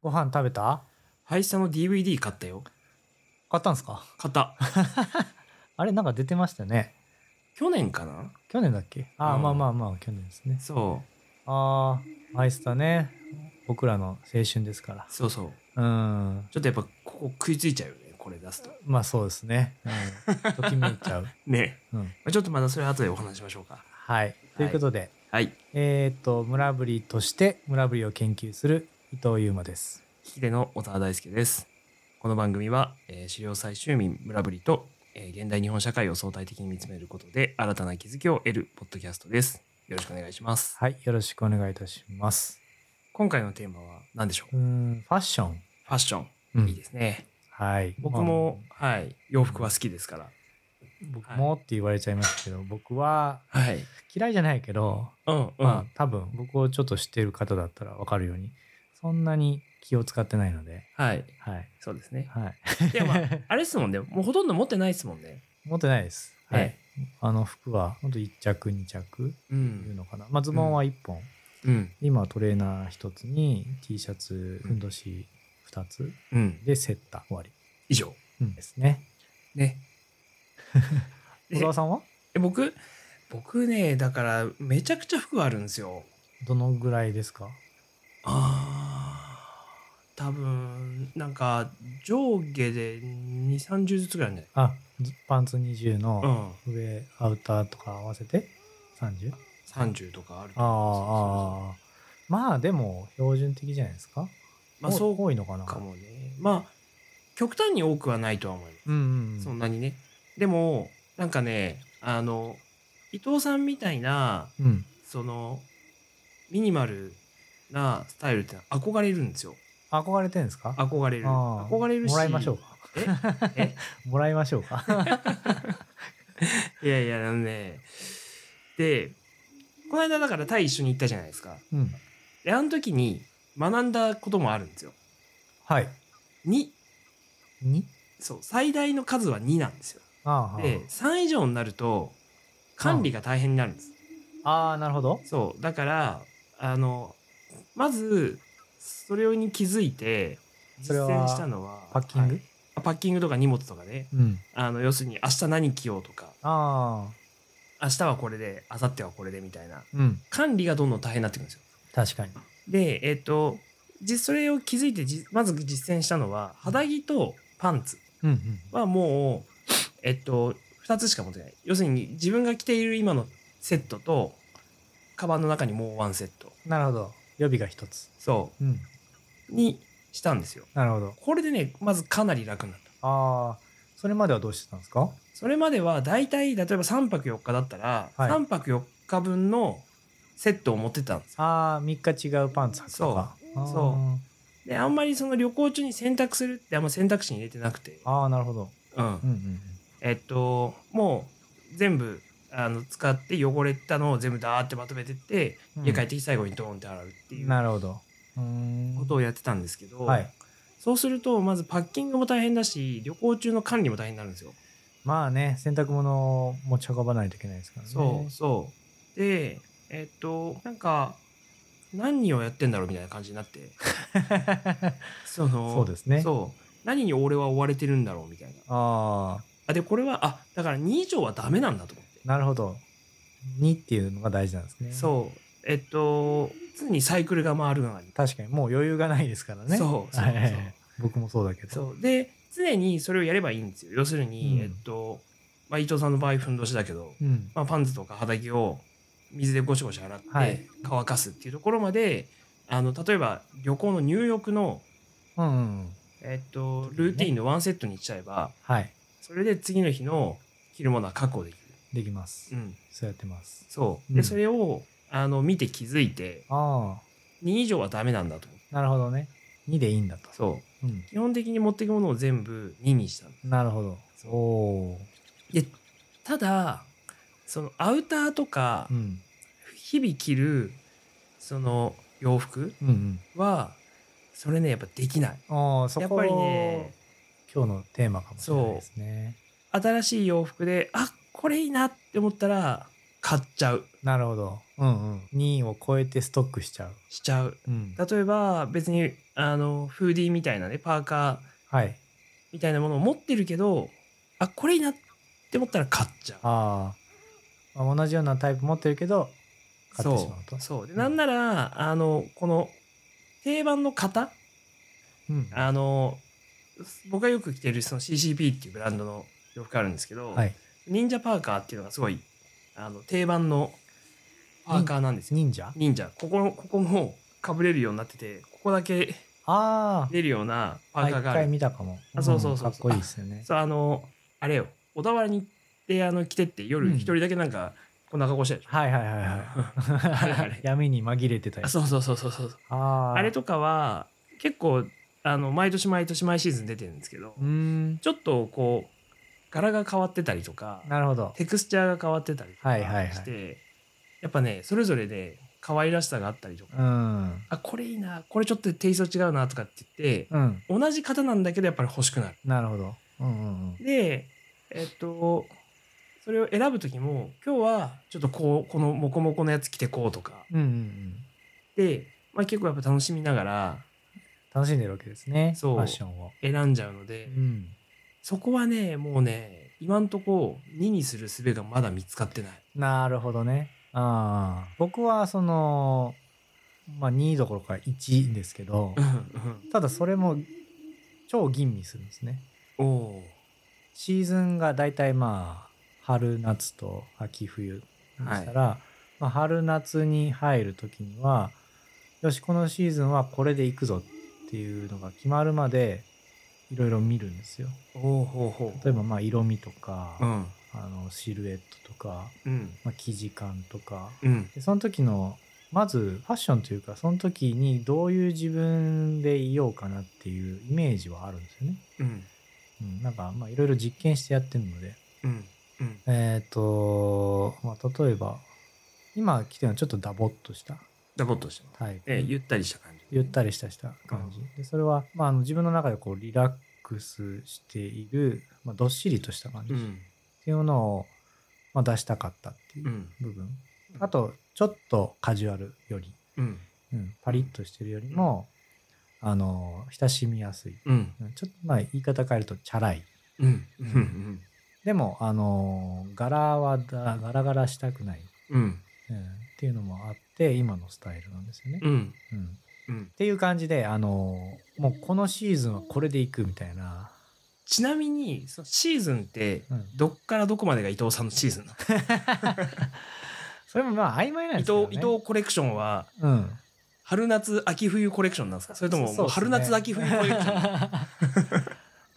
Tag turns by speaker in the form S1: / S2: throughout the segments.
S1: ご飯食べた
S2: ハイスタの DVD 買ったよ。
S1: 買ったんすか
S2: 買った。
S1: あれなんか出てましたね。
S2: 去年かな
S1: 去年だっけああ、
S2: うん
S1: まあまあまあ、去年ですね。
S2: そ
S1: ああ、アイスタね。僕らの青春ですか
S2: う。そうそう。
S1: ら。うん。
S2: ちょっとやっぱここ食いついちゃうよね。これ出すと。
S1: まあそうですね。うん。ときめいちゃう。
S2: ね。
S1: うん。
S2: まあちょっとまだそれは後でお話ししましょうか。
S1: はい。ということで、
S2: はい。引
S1: えーっと、村ぶりとして村ぶりを研究する伊藤優馬です。
S2: き手の小沢大輔です。この番組は、えー、資料採集民村ぶりと、えー現代日本社会を相対的に見つめることで新たな気づきを得るポッドキャストです。よろしくお願いします。
S1: はい。よろしくお願いいたします。
S2: 今回のテーマは何でしょう
S1: う
S2: フ
S1: ん、ファッション。
S2: ァッション。
S1: うん
S2: いいですね。
S1: はい。
S2: 僕も、はい、洋服は好きですから。
S1: 僕もって言われちゃいますけど、僕は
S2: はい。
S1: 嫌いじゃないけど、
S2: うん、うん。
S1: まあ多分僕をちょっと知ってる方だったら分かるようにそんなに気を使ってないので
S2: はい。
S1: はい
S2: そうですね。
S1: はい
S2: いや、まあ、あれですもんね。もうほとんど持ってないですもんね。
S1: 持ってないですはい、
S2: え
S1: あの服はほんと1着2着
S2: う。
S1: いうんのかな、まあ、ズボンは1本、
S2: うん。
S1: 今はトレーナー1つに T シャツふんどし2つ
S2: うん。
S1: でセッター終わり、
S2: 以上。
S1: うん、ですね
S2: ね。
S1: 小沢さんは
S2: え、僕、僕ね、だから、めちゃくちゃ服あるんですよ。
S1: どのぐらいですか
S2: あー多分、なんか、上下で2、30ずつぐらいね。
S1: あずパンツ20
S2: う
S1: の
S2: ん。
S1: 上アウターとか合わせて 30?
S2: 30とかある
S1: あーあーまあでも標準的じゃないですか
S2: まあ、そう
S1: 多いのかな
S2: かもね。まあ、極端に多くはないとは思います。
S1: うんうんうん
S2: そんなにね。でも、なんかね、あの、伊藤さんみたいな、
S1: うん
S2: その、ミニマルなスタイルってのは憧れるんですよ。
S1: 憧れてるんですか
S2: 憧れる。
S1: あー
S2: 憧れるし。
S1: もらいましょうか
S2: え
S1: もらいましょう か
S2: えいやいや、あのね。で、この間だからタイ一緒に行ったじゃないですか。
S1: うん
S2: で、あの時に学んだこともあるんですよ。
S1: はい
S2: 2、
S1: 2
S2: そう、最大の数は2なんですよ。
S1: あー
S2: で、3以上になると、管理が大変になるんです。
S1: あーなるほど
S2: そうだからあのまずそれに気づいて
S1: そ
S2: 実
S1: れは
S2: 践したのは
S1: パッキング、
S2: はいあパッキングとか荷物とかね
S1: うん
S2: あの要するに明日何着ようとか
S1: あ
S2: 明日はこれで明後日はこれでみたいな
S1: あうん
S2: 管理がどんどん大変になってくるんですよ
S1: 確かに
S2: でえっ、とじそれを気づいてじまず実践したのは肌着とパンツ
S1: うんうん
S2: はもうえっと2つしか持ってない要するに自分が着ている今のセットとカバンの中にもうワンセット
S1: なるほど予備が一つ
S2: そう
S1: うん
S2: にしたんですよ。
S1: なるほど
S2: これでね、まずかなり楽になった。
S1: ああそれまではどうしてたんですか
S2: それまでは大体、例えば3泊4日だったら、
S1: はい
S2: 3泊4日分のセットを持ってたんですよ。
S1: ああ3日違うパンツ履くとか
S2: そう
S1: あー
S2: そで、あんまりその旅行中に洗濯するってあんま選択肢に入れてなくて、
S1: ああなるほどう
S2: う
S1: ん
S2: ん。
S1: うんうん
S2: えっと、もう全部、あの使って汚れたのを全部ダーってまとめてって、
S1: うん
S2: 家帰ってきて最後にドーンって洗うっていう
S1: なるほどうーん
S2: ことをやってたんですけど、
S1: はい
S2: そうするとまずパッキングも大変だし旅行中の管理も大変になるんですよ。
S1: まあね洗濯物を持ち運ばないといけないですからね
S2: そうそう。で、えっと、なんか、何をやってんだろうみたいな感じになって、 その、
S1: そうですね
S2: そう何に俺は追われてるんだろうみたいな。
S1: ああ
S2: あ、で、これは、あ、だから2以上はダメなんだと思って。
S1: なるほど2っていうのが大事なんですねう
S2: そう。えっと、常にサイクルが回るのが、
S1: 確かにもう余裕がないですからね
S2: そうそう
S1: はいはいはい僕もそうだけど
S2: そう。で、常にそれをやればいいんですよ。要するに、
S1: うん
S2: えっと、まあ、伊藤さんの場合、ふんどしだけど、
S1: うん
S2: まあ、パンツとか肌着を水でゴシゴシ洗って
S1: はい
S2: 乾かすっていうところまで、あの例えば旅行の入浴の、
S1: うんうんうん
S2: えっと、ルーティンのワンセットにしちゃえば
S1: はい
S2: それで次の日の着るものは確保でき
S1: できます
S2: る、うん、
S1: そうやってます
S2: そう
S1: う
S2: で
S1: ん
S2: それをあの見て気づいて
S1: あ
S2: 2以上はダメなんだと思って
S1: あなるほどね2でいいんだと
S2: そう
S1: うん
S2: 基本的に持っていくものを全部2にしたの
S1: なるほど
S2: そう
S1: おー
S2: でただそのアウターとか
S1: うん
S2: 日々着るその洋服
S1: うんうん
S2: はそれねやっぱできない
S1: ああそこ
S2: やっぱりね
S1: 今日のテーマかもしれないですね
S2: 新しい洋服であこれいいなって思ったら買っちゃう
S1: なるほど。うんうん。2を超えてストックしちゃう。
S2: しちゃう
S1: うん。
S2: 例えば別にあのフーディーみたいなねパーカー
S1: はい。
S2: みたいなものを持ってるけどあこれいいなって思ったら買っちゃう
S1: ああ。まあ同じようなタイプ持ってるけど、買ってしまうと。
S2: そうで
S1: うん
S2: なんならあのこの定番の型
S1: うん。
S2: あの僕がよく着てるその CCP っていうブランドの洋服あるんですけど、
S1: はい。
S2: 忍者パーカーっていうのがすごいあの定番のパーカーなんですよ
S1: 忍者
S2: 忍者ここここもかぶれるようになっててここだけ
S1: あ
S2: 出るような
S1: あ。
S2: パー
S1: あ
S2: カー
S1: 一
S2: がある
S1: 回見たかも。
S2: あそうそうそうそうん
S1: かっこいいですよね。
S2: そうあのあれよ小田原に行ってあの着てって夜
S1: うん
S2: 一人だけなんかこんな格好してたでしょ、
S1: はいはいはい
S2: れあ
S1: は
S2: れ
S1: い。闇に紛れてたや
S2: あ
S1: つ。
S2: そうそうそうそうそう
S1: ああ。
S2: あれとかは結構あの毎年毎年毎シーズン出てるんですけど、
S1: うーん。
S2: ちょっとこう柄が変わってたりとか
S1: なるほど。
S2: テクスチャーが変わってたりとか
S1: は
S2: し
S1: い
S2: て、
S1: はいはい
S2: やっぱねそれぞれで可愛らしさがあったりとか、
S1: うん。
S2: あこれいいなこれちょっとテイスト違うなとかって言って、
S1: うん。
S2: 同じ型なんだけどやっぱり欲しくなる。
S1: なるほど。うんうん
S2: でえっとそれを選ぶ時も今日はちょっとこうこのモコモコのやつ着てこうとか
S1: うん。うんうんうん。
S2: で、まあ、結構やっぱ楽しみながら
S1: 楽しんでるわけですね。
S2: そう
S1: ファッションを。
S2: 選んじゃうので、
S1: うん。
S2: そこはねもうね今んとこ2にする術がまだ見つかってない。
S1: なるほどね。ああ。僕はその、まあ2どころか1ですけど、ただそれも超吟味するんですね。
S2: おお
S1: シーズンが大体まあ春夏と秋冬でしたら、まあ、春夏に入る時にはよしこのシーズンはこれでいくぞっていうのが決まるまでいろいろ見るんですよ。
S2: ーおーほうほう。
S1: 例えばまあ色味とか、
S2: うん
S1: あのシルエットとか、
S2: うん
S1: まあ、生地感とか
S2: うん
S1: でその時のまずファッションというかその時にどういう自分でいようかなっていうイメージはあるんですよね。
S2: うん
S1: うん、なんかまあいろいろ実験してやってるので
S2: うんうん
S1: えっ、と、まあ、例えば、今着てるのはちょっとダボっとした
S2: ダボっとしてます。
S1: タイプ。
S2: えゆったりした感じ。
S1: ゆったりしたした感じ。でそれは、まあ、あの自分の中でこうリラックスしている、まあ、どっしりとした感じ
S2: う
S1: っ
S2: ん
S1: ていうのを、まあ、出したかったっていううん部分。あと、ちょっとカジュアルより、
S2: うん
S1: うん、パリッとしてるよりも、あの、親しみやすい。
S2: うん
S1: うんちょっと、まあ、言い方変えると、チャラい。
S2: うんうん
S1: でも、あの、柄はだガラガラしたくない。
S2: うん
S1: うんっていうのもあって今のスタイルなんですよね。
S2: うん
S1: うんっ
S2: うん。
S1: ていう感じであのもうこのシーズンはこれでいくみたいな、
S2: ちなみにそのシーズンって
S1: うん、
S2: どっからどこまでが伊藤さんのシーズンなの
S1: それもまあ曖昧なんで
S2: 伊
S1: すけど、
S2: 藤
S1: ね、
S2: 伊藤コレクションは
S1: うん、
S2: 春夏秋冬コレクションなんですかそれとも
S1: そう
S2: も
S1: そ
S2: う
S1: う
S2: 春
S1: ですね
S2: 夏秋冬コレクション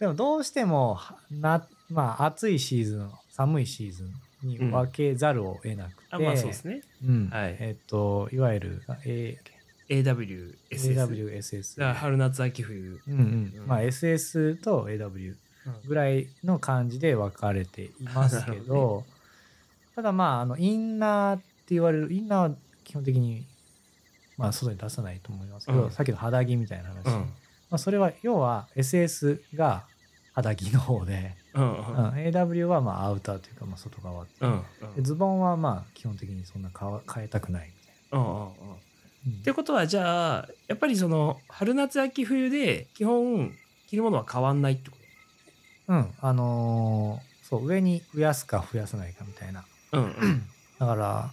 S1: でもどうしてもはな、まあ、暑いシーズン寒いシーズンに分けざるを得なくて、
S2: あまあそうですね
S1: うん
S2: はい
S1: えっ、といわゆるあ A-
S2: AWSS
S1: AWSS
S2: だから春夏秋冬
S1: うんうんまあ、SS と AW ぐらいの感じで分かれていますけ
S2: なるほ
S1: どただまああのインナーって言われるインナーは基本的にまあ外に出さないと思いますけど、
S2: うん
S1: さっきの肌着みたいな話、
S2: うん
S1: まあ、それは要は SS が肌着の方で、
S2: うんう
S1: うん
S2: ん
S1: AW はまあアウターというかまあ外側って
S2: うん
S1: でズボンはまあ基本的にそんな変わ変えたくないみたい
S2: うんうんうんっ
S1: な、
S2: てことはじゃあやっぱりその春夏秋冬で基本着るものは変わんないってこ
S1: うんうんあのーそう上に増やすか増やさないかみたいな
S2: とうんうん
S1: だから、ま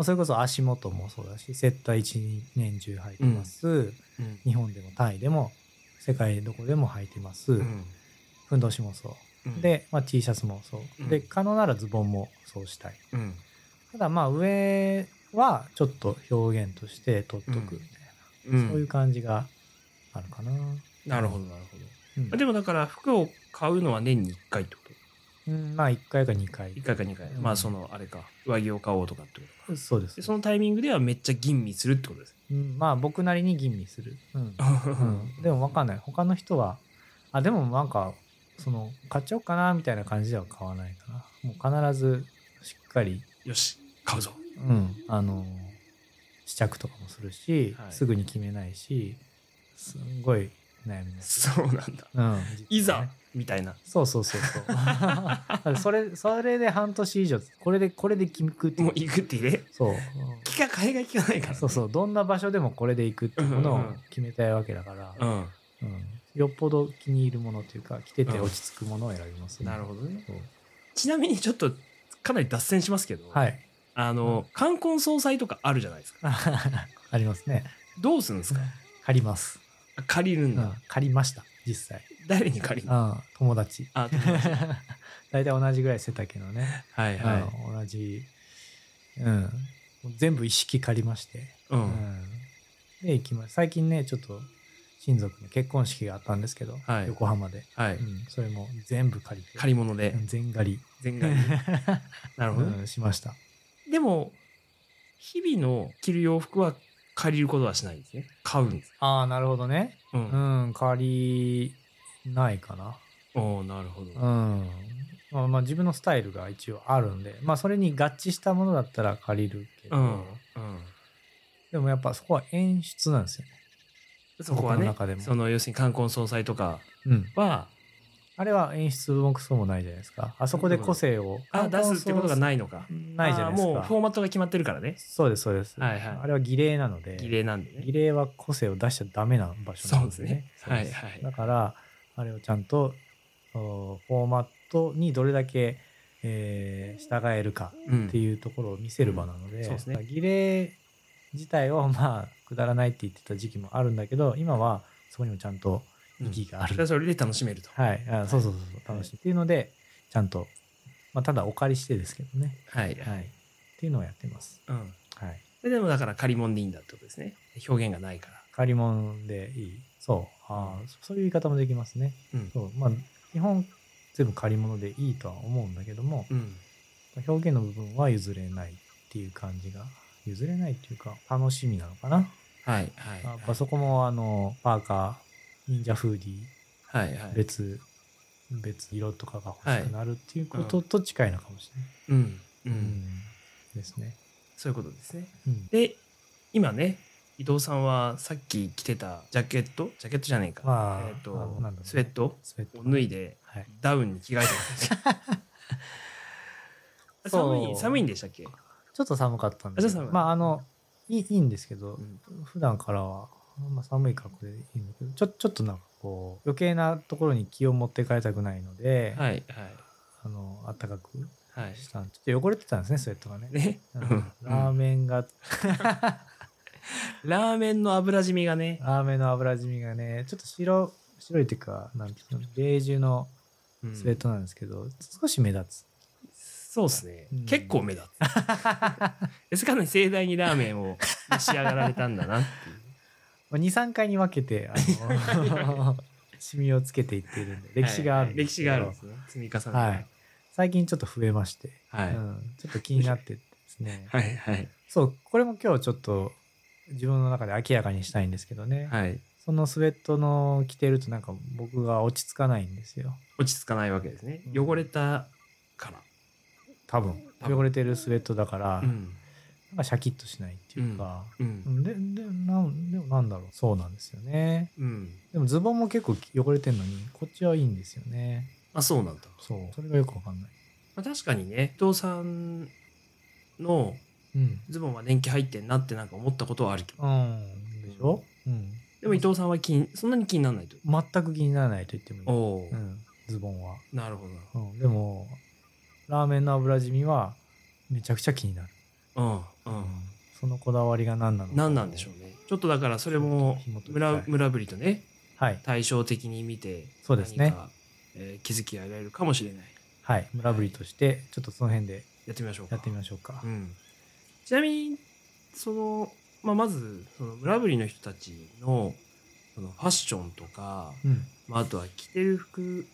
S1: あそれこそ足元もそうだし、セッター1年中履いてます、
S2: うん
S1: 日本でもタイでも、世界どこでも履いてます。ふんどしもそう。
S2: うん
S1: で、まあ、T シャツもそう。
S2: うん
S1: で、可能ならズボンもそうしたい。
S2: うん
S1: ただ、まあ、上はちょっと表現として取っとくみたい
S2: うん
S1: な、そういう感じがあるかな。
S2: なるほどなるほど
S1: うん
S2: まあでもだから服を買うのは年に1回ってこと
S1: うんまあ、1回か2回。
S2: 1回か2回、
S1: うん
S2: まあそのあれか上着を買おうとかってことか
S1: そうです
S2: で。そのタイミングではめっちゃ吟味するってことです
S1: うんまあ、僕なりに吟味する。うんうん、でも分かんない他の人はあでもなんかその買っちゃおうかなみたいな感じでは買わないかなもう必ずしっかり、
S2: よし買うぞ
S1: うん、あの試着とかもするし、
S2: はい
S1: すぐに決めないしすんごい悩みです。
S2: そうなんだ。
S1: うん、
S2: い
S1: 実は
S2: ざ
S1: ね
S2: みたいな。
S1: そうそうそうそうだから。 それ、それで半年以上、これで、これで決めくってい
S2: もう
S1: う。
S2: 行くってね。
S1: そう。
S2: 気が替えが利かないから。
S1: そうそう。どんな場所でもこれで行くっていうもの
S2: う
S1: を
S2: んうん
S1: 決めたいわけだから、
S2: うん。
S1: うんよっぽど気に入るものというか、着てて落ち着くものを選びますね。
S2: なるほどね。
S1: そう
S2: ちなみにちょっとかなり脱線しますけど、
S1: はい。
S2: あの、冠婚葬祭とかあるじゃないですか。
S1: ありますね。
S2: どうするんですか
S1: 借ります。
S2: 借りる
S1: うん
S2: だ。
S1: ん、借りました、実際。
S2: 誰に借り
S1: う
S2: るの
S1: ん、友 達。
S2: あ、友達
S1: 大体同じぐらい背丈のね、
S2: はいい。
S1: うん同じ、うん、もう全部一式借りまして、
S2: う
S1: うん
S2: ん。
S1: で行きます最近ねちょっと親族の結婚式があったんですけど、
S2: はい
S1: 横浜で、
S2: はい。
S1: うん、それも全部借りて
S2: 借り物で
S1: う、ん全借り、
S2: 全 額。なるほどね。
S1: うんしました
S2: でも、日々の着る洋服は借りることはしないんですね。買うんです。
S1: ああなるほどね
S2: う。
S1: うんん借りないかな
S2: おーなるほど。
S1: うんまあ、まあ自分のスタイルが一応あるんで、まあ、それに合致したものだったら借りるけど、
S2: うん。うん。
S1: でもやっぱそこは演出なんですよね、
S2: そこ
S1: 僕
S2: は
S1: の
S2: ね
S1: 中で、も
S2: その要するに冠婚葬祭とか
S1: うん、
S2: は、
S1: あれは演出もクソもないじゃないですか。あそこで個性を。
S2: あ、出すってことが
S1: ない。
S2: ないのか。
S1: ないじゃないです
S2: あーもうフォ
S1: か。
S2: ーマットが決まってるからね。
S1: そうです、そうです。
S2: はいはい
S1: あれは儀礼なので。
S2: 儀礼なんで
S1: 儀
S2: ね。
S1: 礼は個性を出しちゃダメな場所なんですね。
S2: そうですね
S1: そう
S2: はいはい
S1: だから、あれをちゃんと、おフォーマットにどれだけ、えー従えるか
S2: うん
S1: っていうところを見せる場なので、
S2: うんそうですね
S1: だから儀礼自体を、まあ、くだらないって言ってた時期もあるんだけど、今はそこにもちゃんと
S2: うん
S1: 意義がある
S2: それはそれで楽しめると。
S1: はい、あそうそうそうそう、楽しい、っていうので、ちゃんと、まあ、ただお借りしてですけどね、
S2: はい。
S1: はい、っていうのをやってます。
S2: うん。
S1: はい、
S2: それでもだから借り物でいいんだってことですね。表現がないから。
S1: 借り物でいい、そう、あーそそういう言い方もできますね。
S2: うん。
S1: そう、まあ、基本全部借り物でいいとは思うんだけども
S2: う、ん。
S1: 表現の部分は譲れないっていう感じが、譲れないっていうか、楽しみなのかな。
S2: はい。はい。
S1: やっぱそこもあの、パーカー、忍者フーディー、
S2: はい。はい。
S1: 別、別色とかが欲しくなるっていうことと近いのかもしれない。
S2: うん。う。
S1: うんんですね。
S2: そういうことですね。
S1: うん、
S2: で、今ね、伊藤さんはさっき着てたジャケットジャケットじゃねえか。
S1: まあ
S2: えっ
S1: あの
S2: と
S1: なんだろうね、
S2: スウェット
S1: スウェット
S2: を脱いで、
S1: はい、
S2: ダウンに着替えて たんですよ寒
S1: そ
S2: い、
S1: う
S2: 寒いんでしたっけ
S1: ちょっと寒かったんで
S2: あちょっと寒い
S1: まああのいいいいんですけど、
S2: ん
S1: 普段からはあんま寒い格好でいいんだけどちょちょっとなんかこう余計なところに気を持って帰りたくないので、
S2: はい、はい、
S1: あの暖かく
S2: はい。
S1: したんちょっと汚れてたんですねスウェットがね。
S2: ね、
S1: う
S2: うんん
S1: ラーメンが、
S2: ラーメンの油染みがね、
S1: ラーメンの油染みがねちょっと白白いっていうかなんていうのベージュのスウェットなんですけど、少し目立
S2: そうですね、
S1: うん
S2: 結構目立つ ですからね盛大にラーメンを召し上がられたんだなっていう
S1: つ23回に分けてあ のシミをつけていっているんで歴史がある
S2: は
S1: ん
S2: い
S1: で
S2: 歴
S1: す
S2: 史
S1: けど
S2: があるんですね積み重ねが
S1: はい最近ちょっと増えまして、
S2: はい、
S1: うん、ちょっと気になってですね、
S2: はいはい
S1: そうこれも今日ちょっと自分の中で明らかにしたいんですけどね、
S2: はい
S1: そのスウェットの着てるとなんか僕が落ち着かないんですよ
S2: 落ち着かないわけですね
S1: うん
S2: 汚れたから
S1: 多分
S2: 多分
S1: 汚れてるスウェットだから、
S2: うん
S1: なんかシャキッとしないっていうか、
S2: うん
S1: うんででなんでもなんだろうそうなんですよね
S2: うん
S1: でもズボンも結構汚れてるのにこっちはいいんですよね
S2: あそうなんだ、
S1: そうそれがよくわかんない
S2: まあ、確かにね伊藤さんの
S1: うん
S2: ズボンは年季入ってんなってなんか思ったことはあるけど
S1: うんでしょ、うん、
S2: でも伊藤さんは気にそんなに気にならないと
S1: 全く気にならないと言ってもいい
S2: おお、
S1: うん、ズボンは、
S2: なるほどな
S1: うん、でもラーメンの油染みはめちゃくちゃ気になる、
S2: うん
S1: う
S2: うん
S1: そのこだわりが何なのか
S2: 何なんでしょうねちょっとだからそれも
S1: 紐解きたい
S2: 村村ぶりとね
S1: はい
S2: 対照的に見て
S1: そうですね
S2: 何かえー気づきが得られるかもしれない
S1: はい村ぶりとしてちょっとその辺で
S2: やってみましょうか
S1: やってみましょうか、
S2: うん、ちなみにその、まあ、まずその村ぶりの人たちのそのファッションとか、
S1: うん
S2: まあ、あとは着てる服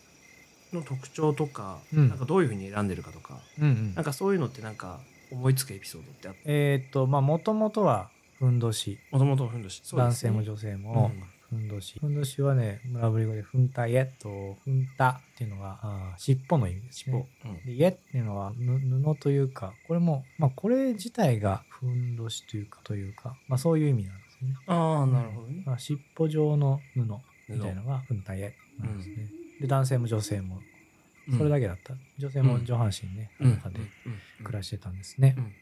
S2: の特徴とか,、
S1: うん
S2: なんかどういうふうに選んでるかとか
S1: うんうん
S2: なんかそういうのってなんか思いつくエピソードってあっ
S1: えーっとまあもともとはふんどし
S2: もともとふんどし
S1: 男性も女性もふんどし、ふんどしはね村ぶり語でふんたえっとふんたっていうのがあー尻尾の意味ですねで家っていうのはぬ布というかこれも、まあ、これ自体がふんどしというかというか、まあ、そういう意味なんですね。
S2: ああなるほどね
S1: まあ、尻尾状の布みたいなのが、体なんですね。で男性も女性も
S2: うん
S1: それだけだった。女性も上半身ね、
S2: うん
S1: 裸で暮らしてたんですね。
S2: うん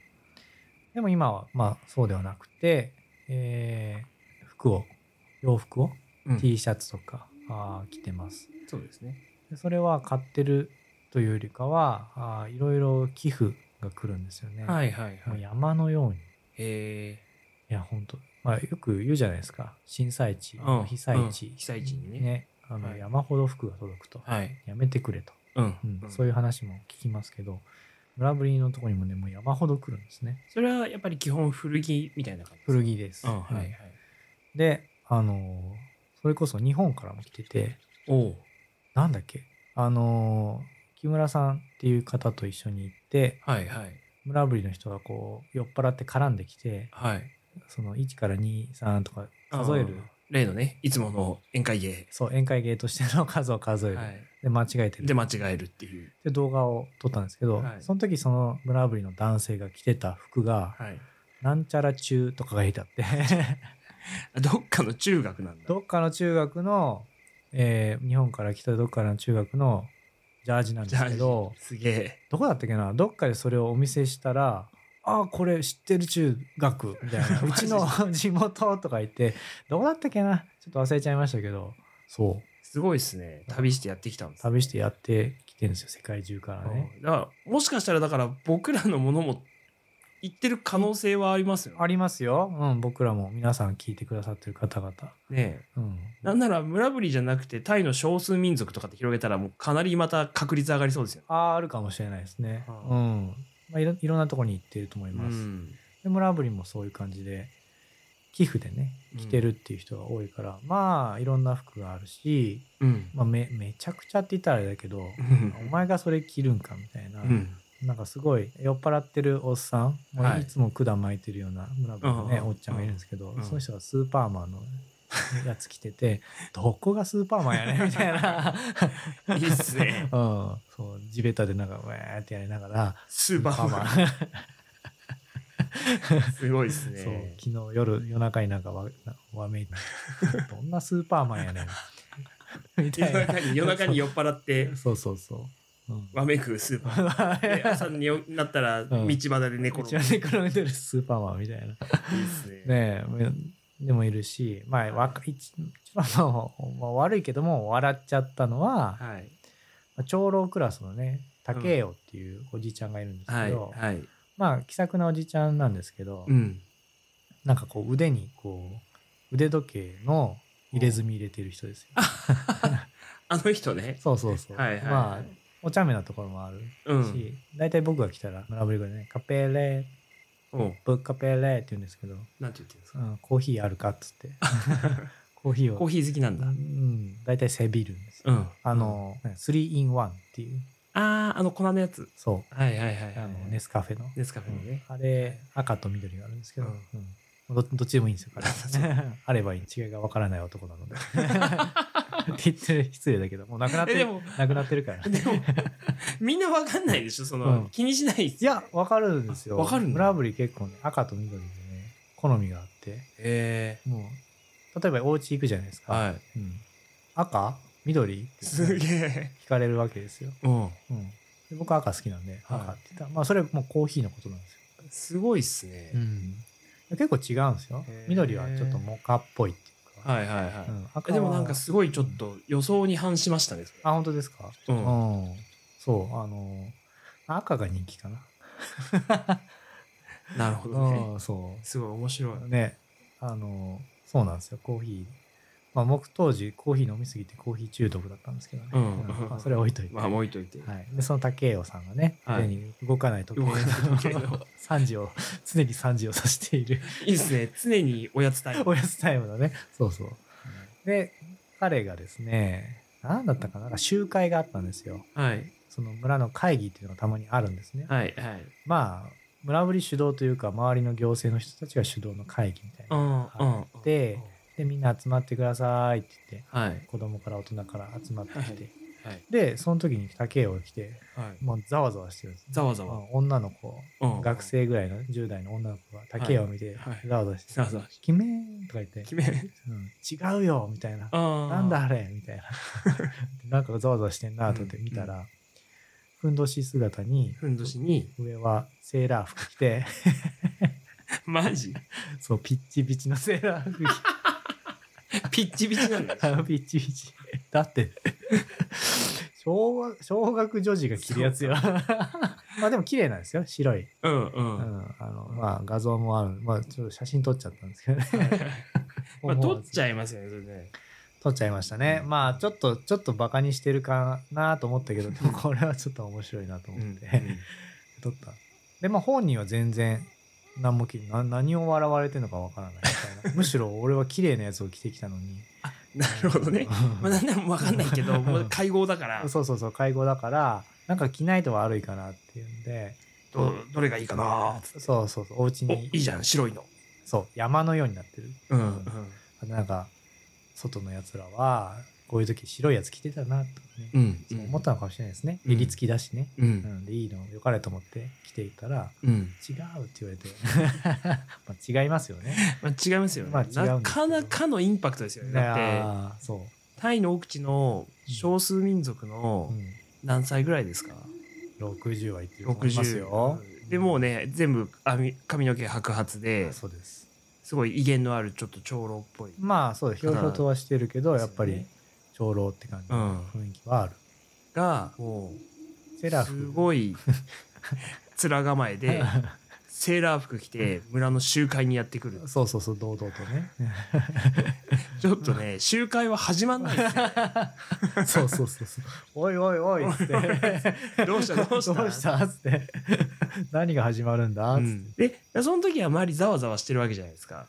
S1: でも今はまあそうではなくて、えー服を洋服を
S2: うんうん
S1: T シャツとか、あー着てます。
S2: そうですね。
S1: でそれは買ってるというよりかはあーいろいろ寄付が来るんですよね。
S2: はいはい
S1: も
S2: は
S1: う
S2: い。へ
S1: 山のように。い
S2: え。
S1: や本当まあよく言うじゃないですか震災地、
S2: うん
S1: 被災地、
S2: うん被災地にね
S1: あの
S2: はい
S1: 山ほど服が届くと、
S2: はい。
S1: やめてくれと、
S2: うん
S1: うん。
S2: そ
S1: そういう話も聞きますけど村ぶりのとこにもねもう山ほど来るんですね
S2: れはやっぱり基本古着みたいな感じ。
S1: 古
S2: 着。
S1: 着です、
S2: うんはいは
S1: うん
S2: い。
S1: であのーそれこそ日本からも来てて
S2: おお。
S1: なんだっけあのー木村さんっていう方と一緒に行って
S2: はいはい
S1: 村ぶりの人がこう酔っ払って絡んできて
S2: はい。
S1: その1から23とか数える
S2: うん。例のね、いつもの宴会芸。
S1: そう宴会芸としての数を数える、
S2: はい。
S1: で間違えてる
S2: で間違えるっていう。
S1: で動画を撮ったんですけど、
S2: はい
S1: その時その村ぶりの男性が着てた服が
S2: はい。
S1: 「なんちゃら中」とかがいてあって
S2: どっかの中学なんだ。
S1: どっかの中学の、えー日本から来たどっかの中学のジャージなんですけど
S2: すげえ。
S1: どこだったっけなどっかでそれをお見せしたら「ああこれ知ってる中学」みたい な「う
S2: マ
S1: ち
S2: ジ
S1: の地元」とか言ってどこだったっけなちょっと忘れちゃいましたけどそう
S2: すごいですね。旅してやってきたんですね。
S1: 旅してやってきてるんですよ世界中からね。
S2: うんだからもしかしたらだから僕らのものも言ってる可能性はありますよ
S1: ありますよ、うん、僕らも皆さん聞いてくださってる方々。
S2: ねえ。
S1: うん、
S2: なんなら村ぶりじゃなくてタイの少数民族とかって広げたらもうかなりまた確率上がりそうですよね。
S1: あーあるかもしれないですね。
S2: はあ
S1: うんまあ、いろいろんなとこに行ってると思います。
S2: うん
S1: で村ぶりもそういう感じで寄付でね着てるっていう人が多いから、まあいろんな服があるし、
S2: うん
S1: まあ、めめちゃくちゃって言ったらあれだけど、お前がそれ着るんかみたいな、
S2: うん
S1: なんかすごい酔っ払ってるおっさん、もう
S2: はい
S1: い、つも管巻いてるような村ぶりのね、
S2: うんうん
S1: おっちゃんがいるんですけど、
S2: うん
S1: その人がスーパー マンのやつ着てて「どこがスーパーマンやねん」みたい な。
S2: いいっすね。
S1: うん、そう地べたでなんかウェーってやりながら
S2: スーパーマン。
S1: ン、
S2: すごいです
S1: そう
S2: ね。
S1: 昨日夜夜中になんかわなわめいて どんなスーパーマンやねんみたい
S2: 夜
S1: な
S2: 中に夜中に酔っ払って
S1: そうそう そう、うん、
S2: わめくスーパーマン。で朝になったら道端で寝転ぶ。
S1: 一応寝転げてるスーパーマンみたいない
S2: いっすね。
S1: ねえでもいるしまあ若い一一番の、まあ、悪いけども笑っちゃったのは、
S2: はい
S1: まあ長老クラスのね竹雄っていうおじいちゃんがいるんです
S2: は
S1: け
S2: い
S1: ど、
S2: はい。
S1: まあ気さくなおじいちゃんなんですけど、
S2: うん。
S1: なんかこう腕にこう腕時計の入れ墨入れてる人ですよ。
S2: あの人ね。
S1: そうそうそう。
S2: はいはいはい。
S1: まあお茶目なところもある
S2: うん
S1: し、大体僕が来たら村ぶり語でね「カペレ
S2: おう
S1: ブッカペレ」って言うんですけど、
S2: なんて言ってるんです
S1: う
S2: か。
S1: んコーヒーあるか?」っつって コーヒーを
S2: コーヒー好きなんだ。
S1: うん、大体背びるんですよ。
S2: うん。
S1: あ、の、3 in 1っていう、
S2: ああ、あの粉のやつ。
S1: そ
S2: はいはいはい。
S1: う、あのネスカフェの。
S2: ネスカフェのね。
S1: あれ、赤と緑があるんですけど、
S2: うん
S1: うんどどっちでもいいんですよ、 彼
S2: そう
S1: はあればいい。違いがわからない男なので。って言って失礼だけど、もうなくなって
S2: えで
S1: る
S2: も、
S1: なくなってるから。
S2: でも、みんなわかんないでしょ、その、
S1: うん
S2: 気にしないっす
S1: いや、わかるんですよ。
S2: わかるんだ
S1: 村ぶり結構ね、赤と緑でね、好みがあって、
S2: へ
S1: もう、例えばお家行くじゃないです
S2: え
S1: か。
S2: は
S1: うん赤緑って
S2: い。すげえ。
S1: 聞かれるわけですよ。
S2: うん。
S1: うん、で僕赤好きなんで
S2: はい
S1: 赤って言ったら、まあそれもうコーヒーのことなんです
S2: すごいっすね
S1: よ、。結構違うんですよ
S2: へー
S1: 緑はちょっとモカっぽいっていうか、
S2: はいはいはい。
S1: うん、赤
S2: え
S1: は
S2: でもなんかすごいちょっと予想に反しましたね。それ
S1: あ本当ですか
S2: う。
S1: うんん、そうあの赤が人気かな、
S2: なるほどね。
S1: うんそ
S2: すごい面白い。
S1: うねあのそうなんですよコーヒーまあ僕当時コーヒー飲みすぎてコーヒー中毒だったんですけどね、
S2: うん
S1: まあ、それは置いといて、
S2: まあ、置いといて。
S1: はい、でその竹雄さんがね、
S2: はい
S1: 手に動かない時計
S2: 動かない 時計
S1: の
S2: の
S1: 3時を常に3時を指している
S2: いいっすね。常におやつタイム。
S1: おやつタイムだね。そうそう。で、彼がですね、何だったかななんか集会があったんですよ。
S2: はい。
S1: その村の会議っていうのがたまにあるんですね。
S2: はいはい。
S1: まあ、村ぶり主導というか、周りの行政の人たちが主導の会議みたいな。
S2: うんうん。
S1: で、で、みんな集まってくださいって言って、
S2: はい。
S1: 子供から大人から集まってきて、
S2: はい
S1: でその時に竹を着て
S2: はい
S1: もうざわざわしてるんです、
S2: ざわざ
S1: まあ
S2: わ、
S1: 女の子
S2: うん
S1: 学生ぐらいの10代の女の子が竹を見て
S2: はいはい
S1: ざわざわして
S2: ざわざわ
S1: 「決めん」とか言って
S2: 決め
S1: うん違うよ」みたいな「
S2: ああ
S1: なんだあれ」み たいななんかざわざわしてんなと思って見たら、ふんどし姿に
S2: ふんどし に
S1: 上はセーラー服着 て
S2: マジ
S1: そうピッチピチのセーラー服着て
S2: ピッチピチなん だ
S1: あのピッチピチ。だって、 小学、小学女児が着るやつよ。 まあでも綺麗なんですよ、白い。
S2: うんうん、
S1: う
S2: は
S1: ん。あの、まあ画像もある。まあちょっと写真撮っちゃったんですけどね。
S2: いまあ
S1: 思
S2: 取
S1: わ
S2: っ
S1: ず
S2: ちゃいますよねそれね
S1: 撮っちゃいましたね。まあちょっと、ちょっとバカにしてるかなと思った けど、でもこれはちょっと面白いなと思
S2: う
S1: っ
S2: ん
S1: て、撮った。で、まあ本人は全然、何も気にな何を笑われてるのかわからないみた いなむしろ俺は綺麗なやつを着てきたのに
S2: なるほどね まあ何でも分かんないけどもう会合だから
S1: そうそうそう、介護だから、なんか着ないと悪いかなっていうんで、
S2: どどれがいいかなー
S1: そうそうそう、お家
S2: お
S1: に
S2: いいじゃん白いの
S1: そう、山のようになってる。
S2: うんう
S1: うん
S2: ん
S1: あとなんか、外のやつらは、こういう時白いやつ着てたなとかね、
S2: うん
S1: そう思ったのかもしれないですね。
S2: うん
S1: 襟付きだしね。
S2: う
S1: うんん、でいいの良かれと思って着ていたら
S2: うん
S1: 違うって言わ れてまあ違いますよね。
S2: まあ違いますよね、
S1: まあ違うんですけど
S2: なかなかのインパクトですよね だって
S1: あーそ
S2: タイの奥地の少数民族
S1: う、
S2: の
S1: う
S2: 何歳ぐらいですか、
S1: ん、60は言ってると思いますよ
S2: 60。でもうね全部あみ髪の毛白髪
S1: うん、
S2: で
S1: そうです。
S2: すごい威厳のあるちょっと長老っぽい、
S1: まあそうひょうひょうとはしてるけど
S2: うん
S1: やっぱり長老って感じの雰囲気はある、
S2: がも
S1: セ
S2: う
S1: ーラー
S2: す
S1: 服
S2: ごい面構えでセーラー服着て村の集会にやってく る
S1: そうそうそう堂々とね
S2: ちょっとね集会は始まんないですよ
S1: そうそうそうそうおいおいおいっつって
S2: どう したどうした
S1: どうしたっつって何が始まるんだっつ
S2: う
S1: って、
S2: んでその時は周りざわざわしてるわけじゃないですか、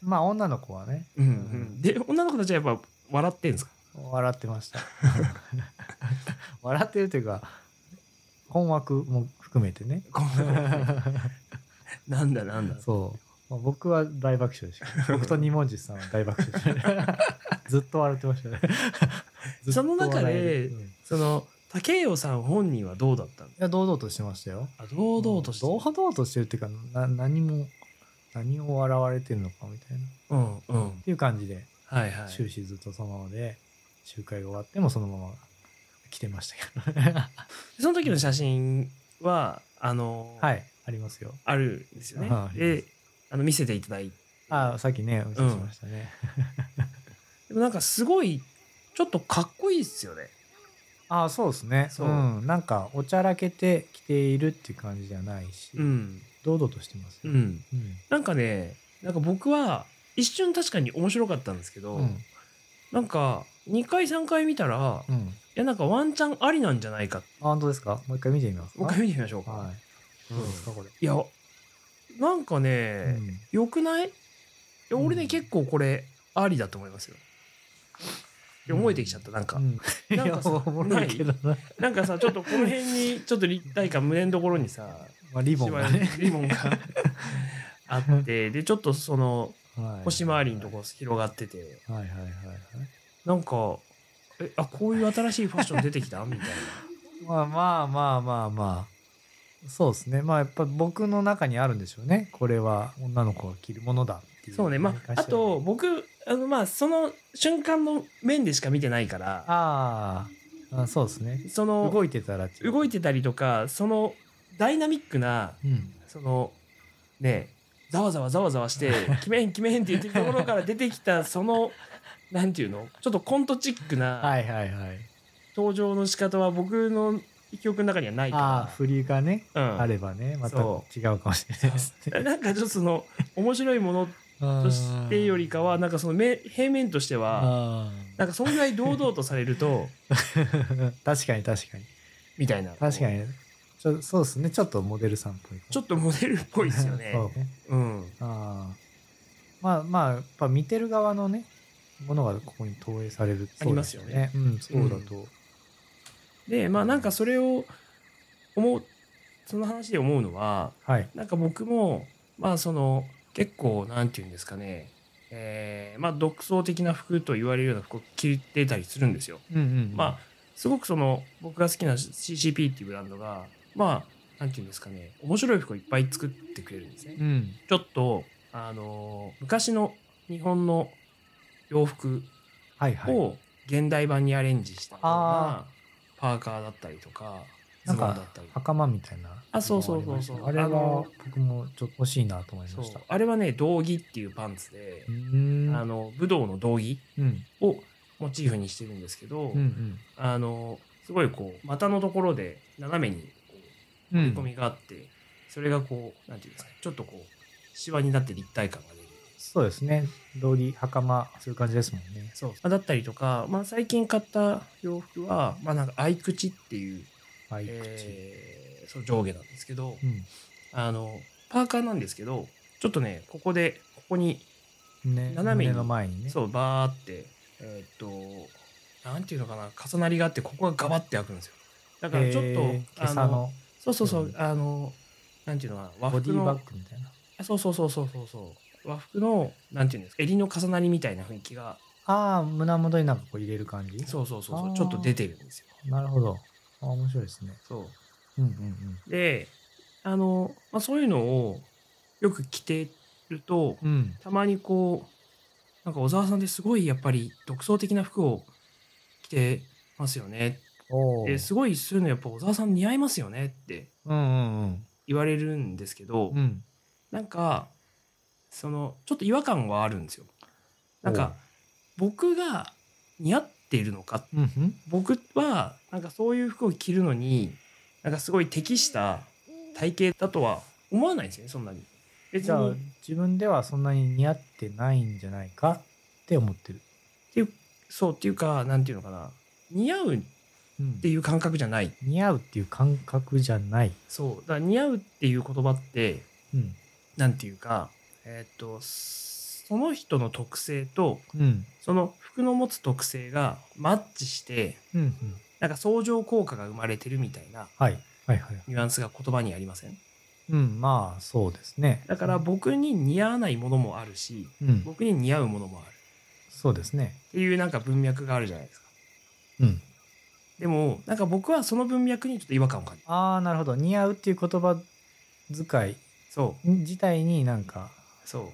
S1: まあ女の子はね
S2: うんうん、で女の子たちはやっぱ笑ってんですか
S1: 笑ってました 笑ってるというか困惑も含めてね
S2: こう なんだなんだ
S1: そうまあ僕は大爆笑でした。僕と二文字さんは大爆笑で した。ずっと笑ってま したね。ずっと
S2: その中で
S1: 笑えるうんい
S2: その竹雄さん本人はどうだったの
S1: や、堂々としてましたよ。
S2: あ堂々として
S1: 堂々としてるっていうか、な何も、何を笑われてるのかみたいな。っ
S2: うんうん
S1: ていう感じで、
S2: はいはい
S1: 終始ずっとそのままで、集会が終わってもそのまま来てましたけ ど。
S2: その時の写真はあの、
S1: はい、ありますよ。
S2: あるんですよね
S1: ああります
S2: であの見せていただいて
S1: ああ、さっきね、お見せしましたね。
S2: でもなんかすごいちょっとかっこいいっすよね
S1: ああ、そうですね。
S2: そう
S1: うん。なんか、おちゃらけて来ているっていう感じじゃないし、
S2: ん
S1: 堂々としてます
S2: う
S1: よ。
S2: ん
S1: うん
S2: なんかねなんか僕は一瞬確かに面白かったんですけど、
S1: うん
S2: なんか2回3回見たら、い
S1: うん。
S2: やなんかワンチャンありなんじゃないか
S1: あ、本当ですかもう一回見てみますか
S2: もう一回見てみましょうか、
S1: はい。どうですか、これ。
S2: いやなんかね、
S1: うん
S2: よくないいや俺ね、
S1: うん
S2: 結構これありだと思いますよ。で
S1: うん
S2: 思えてきちゃったなんか、
S1: うん、
S2: なんかさ
S1: いやおもろいけどな。
S2: なんかさちょっとこの辺にちょっと立体感胸のところにさ
S1: まあ、リボンがね。
S2: シワリボンがあ ってでちょっとその
S1: はい
S2: 腰回りのところ広がってて
S1: はいはいはいはい。
S2: なんかえあこういう新しいファッション出てきたみたい
S1: まあまあまあまあまあ。そうですね。まあやっぱ僕の中にあるんでしょうね。これは女の子が着るものだってい
S2: な
S1: う。
S2: そうねまああと。僕あのまあその瞬間の面でしか見てないから
S1: あーあ、そうですね。
S2: その
S1: 動いてたらってう
S2: 動いてたりとかそのダイナミックな
S1: うん。
S2: そのねざわざわざわざわ して「決めん決めん」って言ってるところから出てきたそのなんていうのちょっとコントチックな
S1: はいはいはい。
S2: 登場の仕方は僕の記憶の中にはない
S1: ああ、
S2: か
S1: 振りがね、
S2: ら、うん
S1: あればね、また違
S2: そう
S1: うかもしれないです ね。
S2: なんかちょっとその面白いものとしてよりかはなんかそのめ平面としては
S1: あ
S2: なんかそんぐらい堂々とされ ると
S1: ー 確かに確かに
S2: みたいな
S1: 確かにちょそうですねちょっとモデルさんっぽい
S2: ちょ
S1: っ
S2: っとモデルっぽ
S1: ぽ。
S2: いですよね
S1: そう
S2: うん
S1: あーまあまあやっぱ見てる側のねものがここに投影される
S2: ありますよね
S1: そうですよねうんそうだと、
S2: でまあなんかそれを思うその話で思うのは
S1: はい
S2: なんか僕もまあその結構なんていうんですかねえーまあ独創的な服と言われるような服を着てたりするんですよ。
S1: うんうん
S2: まあすごくその僕が好きな CCP っていうブランドがまあなんていうんですかね面白い服をいっぱい作ってくれるんですね。
S1: うん。
S2: ちょっとあの昔の日本の洋服
S1: はいはい。
S2: を現代版にアレンジしたような
S1: あ
S2: パーカーだったりとかズ
S1: な
S2: ボ
S1: ん
S2: ン
S1: か
S2: だったりとか
S1: 袴みたいな。
S2: あそうそうそうそう
S1: あれ
S2: あ
S1: は
S2: の
S1: 僕もちょっと欲しいなと思い
S2: そ
S1: ま
S2: う
S1: した。
S2: あれはね道着っていうパンツで
S1: う、ーん。
S2: あの武道の道着
S1: うん。
S2: をモチーフにしてるんですけど、
S1: うん
S2: あのすごいこう股のところで斜めにこ
S1: うん。う
S2: う折り込み
S1: ん。
S2: があって、それがこうなんていうんですかねちょっとこうシワになって立体感が出る
S1: そうですね。道着、袴、そういう感じですもんね。
S2: そうだったりとか、まあ、最近買った洋服は、まあ、なんか合い口っていう
S1: はい、口。
S2: えーそう上下なんですけど、あのパーカーなんですけどちょっとねここでここに
S1: うん。ね、
S2: 斜めに
S1: 胸の前にね。
S2: そうバーってえーっとなんていうのかな重なりがあってここがガバって開くんですよだからちょっと、
S1: えー今
S2: あ
S1: 朝
S2: の
S1: の
S2: そうそうそう、
S1: うん
S2: あのなんていうのかな和
S1: ボデ
S2: 服
S1: ィバ
S2: の
S1: ッグみたいな。
S2: あそうそうそうそうそうそう和服のなんていうんですか襟の重なりみたいな雰囲気が
S1: ああ、胸元になんかこう入れる感じ
S2: そうそうそうそ
S1: あ
S2: う
S1: ー
S2: ちょっと出てるんですよ
S1: なるほど。あー面白いですね。
S2: そう
S1: うんうんうん。
S2: であの、まあ、そういうのをよく着てると
S1: うん、
S2: たまにこうなんか小沢さんってすごいやっぱり独創的な服を着てますよね
S1: おお。
S2: ですごいそういうのやっぱ小沢さん似合いますよねって
S1: うんうんうん。
S2: 言われるんですけど、
S1: うん、
S2: なんかそのちょっと違和感はあるんですよ。なんか僕が似合っているのか
S1: おう、うんうん、
S2: 僕はなんかそういう服を着るのになんかすごい適した体型だとは思わないんですよねそんなに。別
S1: じゃあ
S2: に
S1: 自分ではそんなに似合ってないんじゃないかって思ってる。
S2: っていうそうっていうかなんていうのかな似合うっ
S1: うん、
S2: ていう感覚じゃない
S1: 似合うっていう感覚じゃない。
S2: そうだから似合うっていう言葉って
S1: うん
S2: なんていうかえーっとその人の特性と
S1: うん
S2: その服の持つ特性がマッチして
S1: うんうん、
S2: なんか相乗効果が生まれてるみたいな
S1: はいはいはい。
S2: ニュアンスが言葉にありません
S1: うんまあそうですね。
S2: だから僕に似合わないものもあるし
S1: うん、
S2: 僕に似合うものもある
S1: そうですね。
S2: っていうなんか文脈があるじゃないですか
S1: うん、
S2: でもなんか僕はその文脈にちょっと違和感を感じる
S1: ああなるほど似合うっていう言葉遣い
S2: そ
S1: 自体になんか
S2: うそ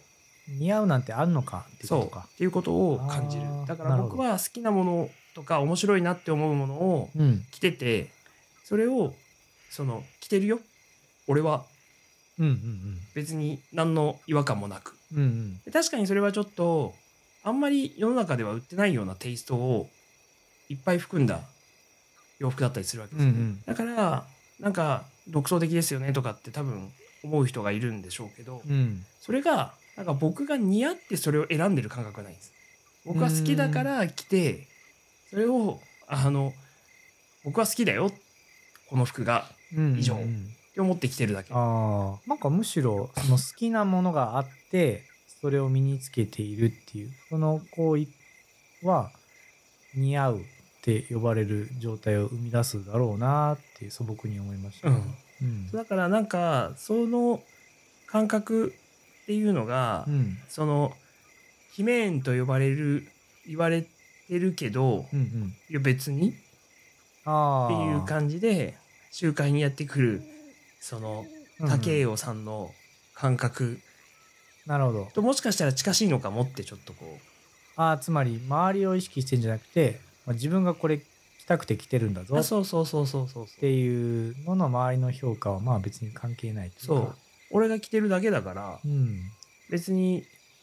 S2: う
S1: 似合うなんてあるのかっていう
S2: そ
S1: こと
S2: う
S1: か
S2: っ。ていうことを感じ
S1: あ
S2: る
S1: ー
S2: だから僕
S1: な
S2: は好きなものとか面白いなって思うものを
S1: うん
S2: 着ててそれをその着てるよ俺は
S1: うんうん
S2: 別に何の違和感もなく
S1: うんうんうん
S2: で確かにそれはちょっとあんまり世の中では売ってないようなテイストをいっぱい含んだ洋服だったりするわけですよね、
S1: うんうん
S2: だからなんか独創的ですよねとかって多分思う人がいるんでしょうけど、
S1: うん
S2: それがなんか僕が似合ってそれを選んでる感覚がないんです僕は好きだから着てそれをあの僕は好きだよこの服が
S1: うん
S2: 以上
S1: うん
S2: って思って着てるだけ
S1: ああなんかむしろその好きなものがあってそれを身につけているっていうその行為は似合うって呼ばれる状態を生み出すだろうなって素朴に思いました、
S2: うん
S1: うん
S2: だからなんかその感覚っていうのが、
S1: うん
S2: その罷免と呼ばれる言われてるけど、
S1: うんうん
S2: いや別にっ
S1: あ
S2: ていう
S1: か
S2: 感じで集会にやってくるその竹雄さんの感覚
S1: なるほど
S2: ともしかしたら近しいのかもってちょっとこう
S1: ああつまり周りを意識してんじゃなくて、まあ、自分がこれ着たくて着てるんだぞ
S2: あ
S1: っ
S2: そうそうそうそうそうそう
S1: ていうのの周りの評価はまあ別に関係ないというか
S2: そう俺が着てるだけだから
S1: うん
S2: 別に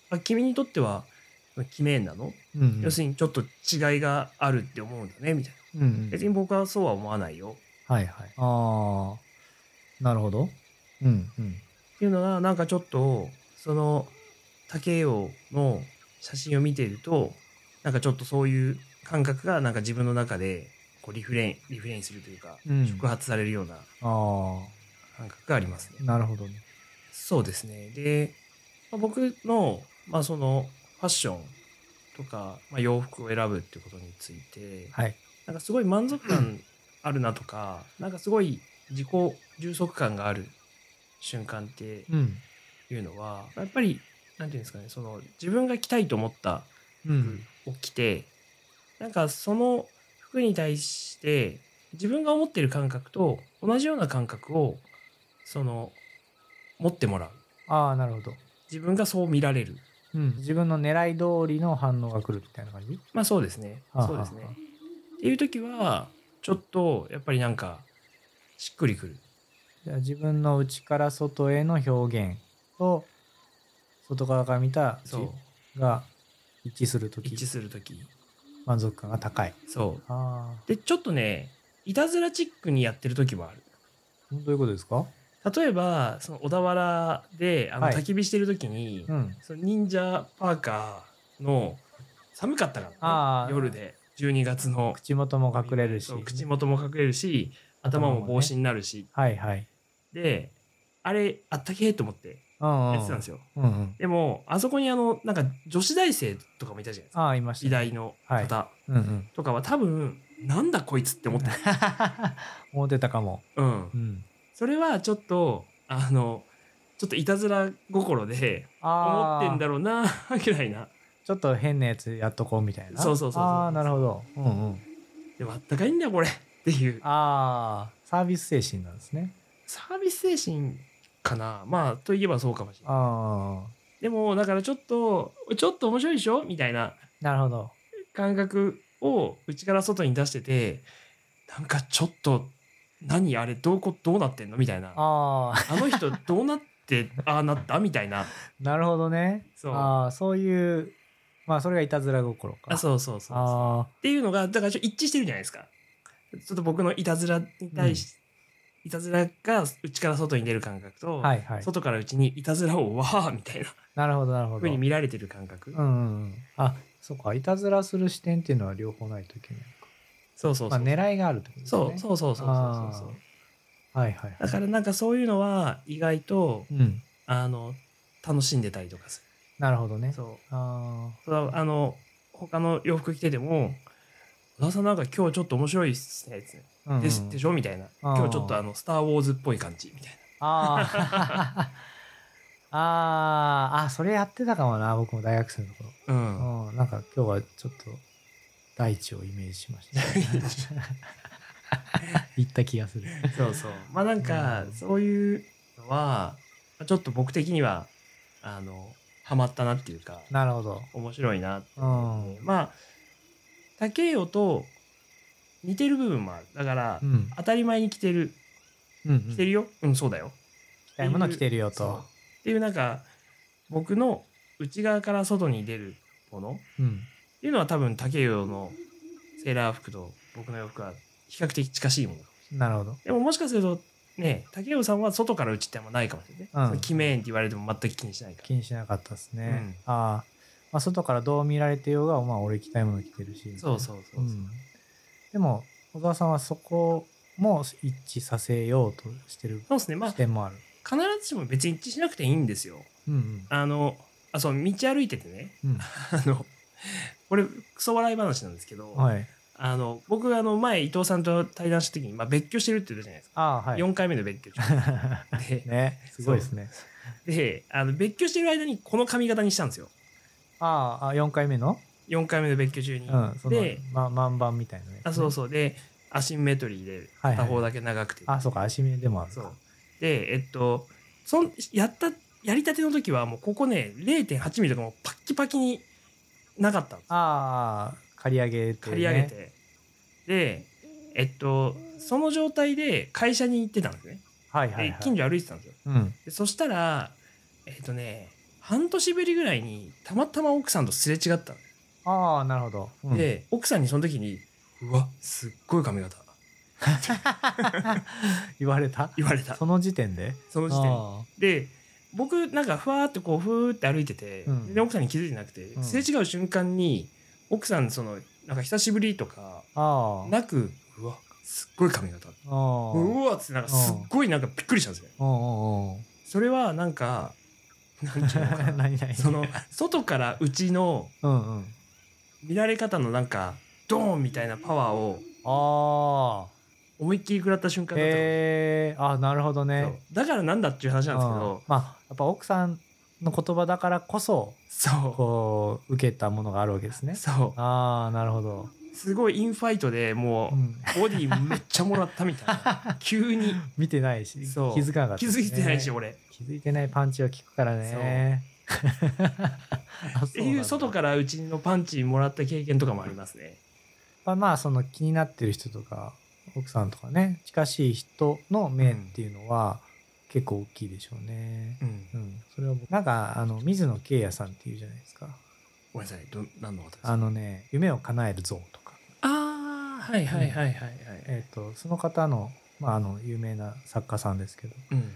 S2: あ君にとっては記名なの、
S1: うんうん、
S2: 要するにちょっと違いがあるって思うんだねみたいな
S1: うんうん
S2: 別に僕はそうは思わないよ
S1: はいはい。ああ、なるほど。うんうん。
S2: っていうのがなんかちょっとその竹雄の写真を見ているとなんかちょっとそういう感覚がなんか自分の中でこうリフレインリフレインするというか、
S1: うん
S2: 触発されるような
S1: あ
S2: 感覚がありますね
S1: あ、。なるほどね。
S2: そうですね。で、まあ、僕の、まあ、そのファッションとか、まあ、洋服を選ぶってことについて、
S1: はい。
S2: なんかすごい満足感あるなとか、なんかすごい自己充足感がある瞬間って
S1: うん。
S2: いうのは、やっぱり、なんていうんですかね、その自分が着たいと思った
S1: うん。
S2: 服を着て、なんかその服に対して自分が思ってる感覚と同じような感覚をその持ってもらう
S1: ああなるほど、
S2: 自分がそう見られる
S1: うん、自分の狙い通りの反応が来るみたいな感じ
S2: まあそうですね
S1: はあ
S2: そうですね
S1: はあは
S2: っていう時はちょっとやっぱりなんかしっくりくる
S1: じゃあ自分の内から外への表現と外側から見た
S2: そう
S1: が一致するとき
S2: 一致する時
S1: 満足感が高い
S2: そう
S1: あ
S2: でちょっとねいたずらチックにやってる時もある
S1: あどういうことですか
S2: 例えばその小田原であの
S1: はい
S2: 焚き火してる時に、
S1: うん
S2: その忍者パーカーの寒かったから
S1: あ
S2: ね、
S1: ー
S2: 夜で12月の
S1: 口元も隠れるし
S2: そう口元も隠れるし頭も帽子になるし、
S1: はいはい
S2: であれあったけえと思って
S1: うんうん
S2: やってたんですよ、
S1: うんうん
S2: でもあそこにあのなんか女子大生とかもいたじゃないですか
S1: ああいました
S2: 美
S1: ね
S2: 大の方、
S1: うんうん
S2: とかは多分なんだこいつって思ってた、
S1: 思ってたかも
S2: うん
S1: う、ん
S2: それはちょっとあのちょっといたずら心で思
S1: ああ
S2: ってんだろうな ぐらいな
S1: ちょっと変なやつやっとこうみたいな
S2: そうそうそうそう
S1: ああなるほどうんうん
S2: でもあったかいんだよこれっていう
S1: ああサービス精神なんですね
S2: サービス精神かなまあといえばそうかもしれない
S1: ああ
S2: でもだからちょっとちょっと面白いでしょみたいな
S1: なるほど
S2: 感覚を内から外に出しててなんかちょっと何あれどうこどうなってんのみたいなあ
S1: ああ
S2: の人どうな ってああなったみたいな
S1: なるほどね
S2: そう
S1: ああそういうまあそれがいたずら心か
S2: あそうそうそうそう
S1: ああ
S2: っていうのがだからちょっと一致してるじゃないですかちょっと僕のいたずらに対し、いたずらが内から外に出る感覚と、
S1: はいはい
S2: 外から内にいたずらをわーみたいな
S1: なるほどなるほど
S2: 風に見られてる感覚、
S1: うんうんうんあそうかいたずらする視点っていうのは両方ないといけないか
S2: そうそう
S1: ま
S2: そ
S1: あ
S2: う、
S1: 狙いがあるってことです
S2: そう
S1: ね
S2: そうそうそうそうそう
S1: うはいはい
S2: だからなんかそういうのは意外と
S1: うん
S2: あの楽しんでたりとかす
S1: なるほどね
S2: るそう
S1: あ
S2: それはあの他の洋服着てても「小田さんなんか今日ちょっと面白いっすね」
S1: あ、うんうん
S2: ですでしょみたいな「今日ちょっとあのスター・ウォーズっぽい感じ」みたいな
S1: あああーあそれやってたかもな僕も大学生の頃、
S2: うん
S1: うん、なんか今日はちょっと大地をイメージしました
S2: 大地
S1: 言った気がする
S2: そうそう。まあなんか
S1: う、ん
S2: そういうのは、ちょっと僕的には、あの、ハマったなっていうか、
S1: なるほど
S2: 面白いなって。
S1: うん、
S2: まあ、竹雄と似てる部分もある。だから、
S1: うん
S2: 当たり前に着てる、
S1: うんうん
S2: 着てるよ、うん、そうだよ。
S1: 着たいもの着てるよ
S2: そう
S1: と
S2: っていうなんか、僕の内側から外に出るものっ
S1: うん
S2: ていうのは多分竹雄のセーラー服と僕の洋服は比較的近しいもの。
S1: なるほど
S2: でももしかするとね、竹雄さんは外から打ちってあんまないかもしれないね。
S1: うん
S2: そのキメーンって言われても全く気にしないから。
S1: 気にしなかったですね、
S2: う
S1: ああまあ外からどう見られてようがまあ俺着たいもの着てるし
S2: そうそうそうそう。
S1: んでも小沢さんはそこも一致させようとしてる
S2: そうですね。まあ
S1: 視、点もある、
S2: 必ずしも別に一致しなくていいんですよ。
S1: うんうん
S2: あの、あ、そう、道歩いててね、
S1: う
S2: あの、これ、クソ笑い話なんですけど、
S1: ん、はい。
S2: あの、僕、あの、前、伊藤さんと対談した時に、まあ、別居してるって言ったじゃないですか。
S1: ああ、はい。
S2: 4回目の別居中 で、
S1: ね、すごいですね。
S2: で、あの、別居してる間にこの髪型にしたんですよ。
S1: あああ、4回目の
S2: 4回目の別居中
S1: う
S2: に。
S1: ん、その
S2: で、、
S1: ま、満番みたいなね。
S2: あそうそうでアシンメトリーで
S1: はいはい
S2: 片方だけ長くて、
S1: あ、そうか、足目でもある
S2: そ
S1: か
S2: う。でえっとそんやったやりたての時はもうここね0.8ミリとかもうパッキパキになかったの
S1: ああ、刈り上げて、ね。
S2: 刈り上げて、。でえっとその状態で会社に行ってたんですね
S1: はい
S2: で
S1: はい、はい。
S2: 近所歩いてたんですよ
S1: うん。
S2: でそしたらえっとね半年ぶりぐらいにたまたま奥さんとすれ違ったの
S1: ああ、なるほど。うん、
S2: で、奥さんにその時に「うわすっごい髪型」
S1: 言われた
S2: 言われた
S1: その時点で
S2: その時点
S1: あ
S2: でで僕なんかふわーってこうふーって歩いてて、
S1: うん
S2: で奥さんに気づいてなくて、
S1: ん
S2: すれ違う瞬間に奥さんそのなんか久しぶりとか
S1: あ。ああ。
S2: なくうわすっごい髪型
S1: ああ。
S2: うわっつってなんかすっごいなんかびっくりしたんですね
S1: おうおうおう
S2: それはなんかなんていうのか な
S1: 何々
S2: その外からうちの
S1: うんうん。
S2: 見られ方のなんかドーンみたいなパワーを
S1: ああ。
S2: 思いっきり食らった瞬間だった
S1: へ
S2: の
S1: えあなるほどね。
S2: そうだからなんだっていう話なんですけ
S1: うん
S2: ど
S1: まあやっぱ奥さんの言葉だからこそ
S2: そう
S1: こう受けたものがあるわけですね。
S2: そう
S1: ああなるほど。
S2: すごいインファイトでも
S1: うん
S2: う、ボディめっちゃもらったみたい な。急に。
S1: 見てないし、気
S2: そう
S1: づかなかった
S2: 気
S1: です
S2: づ
S1: ね、
S2: いてないし、俺。っ
S1: 気づいてないパンチは効くからね。 あ
S2: ていう外からうちのパンチもらった経験とかもありますね。
S1: まあまあその気になってる人とか奥さんとかね近しい人の面っていうのは結構大きいでしょうね。
S2: うん
S1: うん、それは僕なんかあの水野圭也さんっていうじゃないですか。
S2: ごめんなさい。ど、何の方ですか
S1: あのね夢を叶える像とか、
S2: あー、はいはいはいはいはい。
S1: えっ、とその方のまああの有名な作家さんですけど、
S2: うん。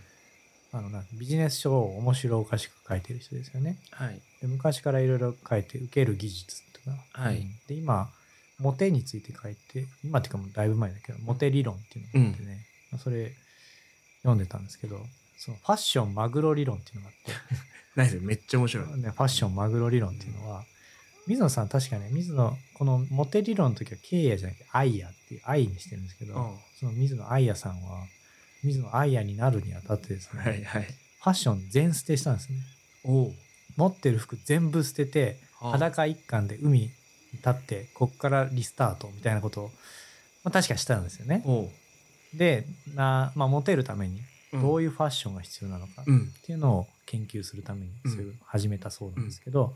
S1: あのなんかビジネス書を面白おかしく書いてる人ですよね。
S2: はい。
S1: で昔からいろいろ書いて受ける技術とか、
S2: はい
S1: うんで今モテについて書いて今っていうかもうだいぶ前だけどモテ理論っていうのがあってね、まあそれ読んでたんですけどそのファッションマグロ理論っていうのがあ
S2: 何それめっちゃ面白い。
S1: って、ね、ファッションマグロ理論っていうのは、水野さん確かね水野このモテ理論の時は経営じゃなくてアイヤっていう愛にしてるんですけど、
S2: うん
S1: その水野アイヤさんは水野アイヤになるにあたってですね、
S2: はいはい。
S1: ファッション全捨てしたんですね
S2: おう。
S1: 持ってる服全部捨てて裸一貫で海に立ってこっからリスタートみたいなことを、まあ、確かしたんですよね。
S2: おう。
S1: でな、まあ、モテるためにどう
S2: い
S1: いうファッションが必要なのかっ
S2: うん。うん。
S1: ていうのを研究するために
S2: うん
S1: そういうのを始めたそうなんですけど、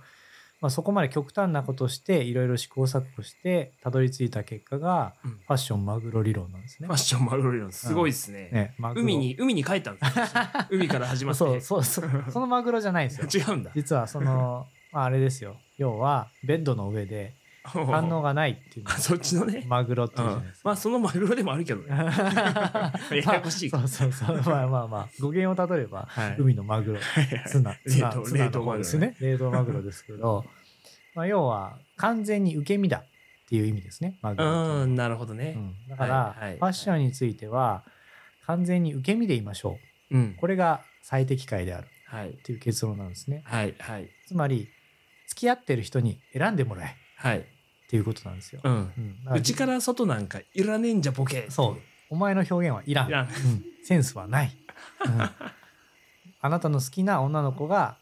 S1: まあ、そこまで極端なことをしていろいろ試行錯誤してたどり着いた結果が
S2: うん
S1: ファッションマグロ理論なんですね
S2: ファ。ッションマグロ理論、すごいですね。
S1: ねマグロ
S2: 海に、海に帰った んですよ海から始まって。
S1: そうそうそう そのマグロじゃないんですよ。
S2: 違うんだ。
S1: 実はそ の、まあ、あれですよ要はベッドの上で反応がないっていうの
S2: あそっちのね。
S1: マグロって
S2: う
S1: いうん
S2: まあ、そのマグロでもあるけど
S1: じゃ
S2: ね。
S1: ないですか。
S2: ややこしい
S1: まあそうそうそう。まあまあまあ。語源を例えば、
S2: はい
S1: 海のマグロ、ツナ、ツナ
S2: 冷凍
S1: ツナ
S2: 冷凍
S1: の
S2: マグロ
S1: 方ですね。冷凍マグロですけ ど、まあ要は完全に受け身だっていう意味ですね、マグロっていうのは。
S2: うん、なるほど
S1: う
S2: ね。
S1: んだから、
S2: はいはい
S1: ファッションについては、完全に受け身でいましょ
S2: うん
S1: う。。これが最適解である
S2: はい
S1: っ。ていう結論なんですね。
S2: はい。はい。
S1: つまり、付き合ってる人に選んでもらえ
S2: はい。
S1: っていうことなんですよ。
S2: うん。
S1: うんだら
S2: うちから外なんかいらねえんじゃボケ。
S1: そう。お前の表現はいらん。
S2: いらん
S1: うんセンスはない、うんあなたの好きな女の子が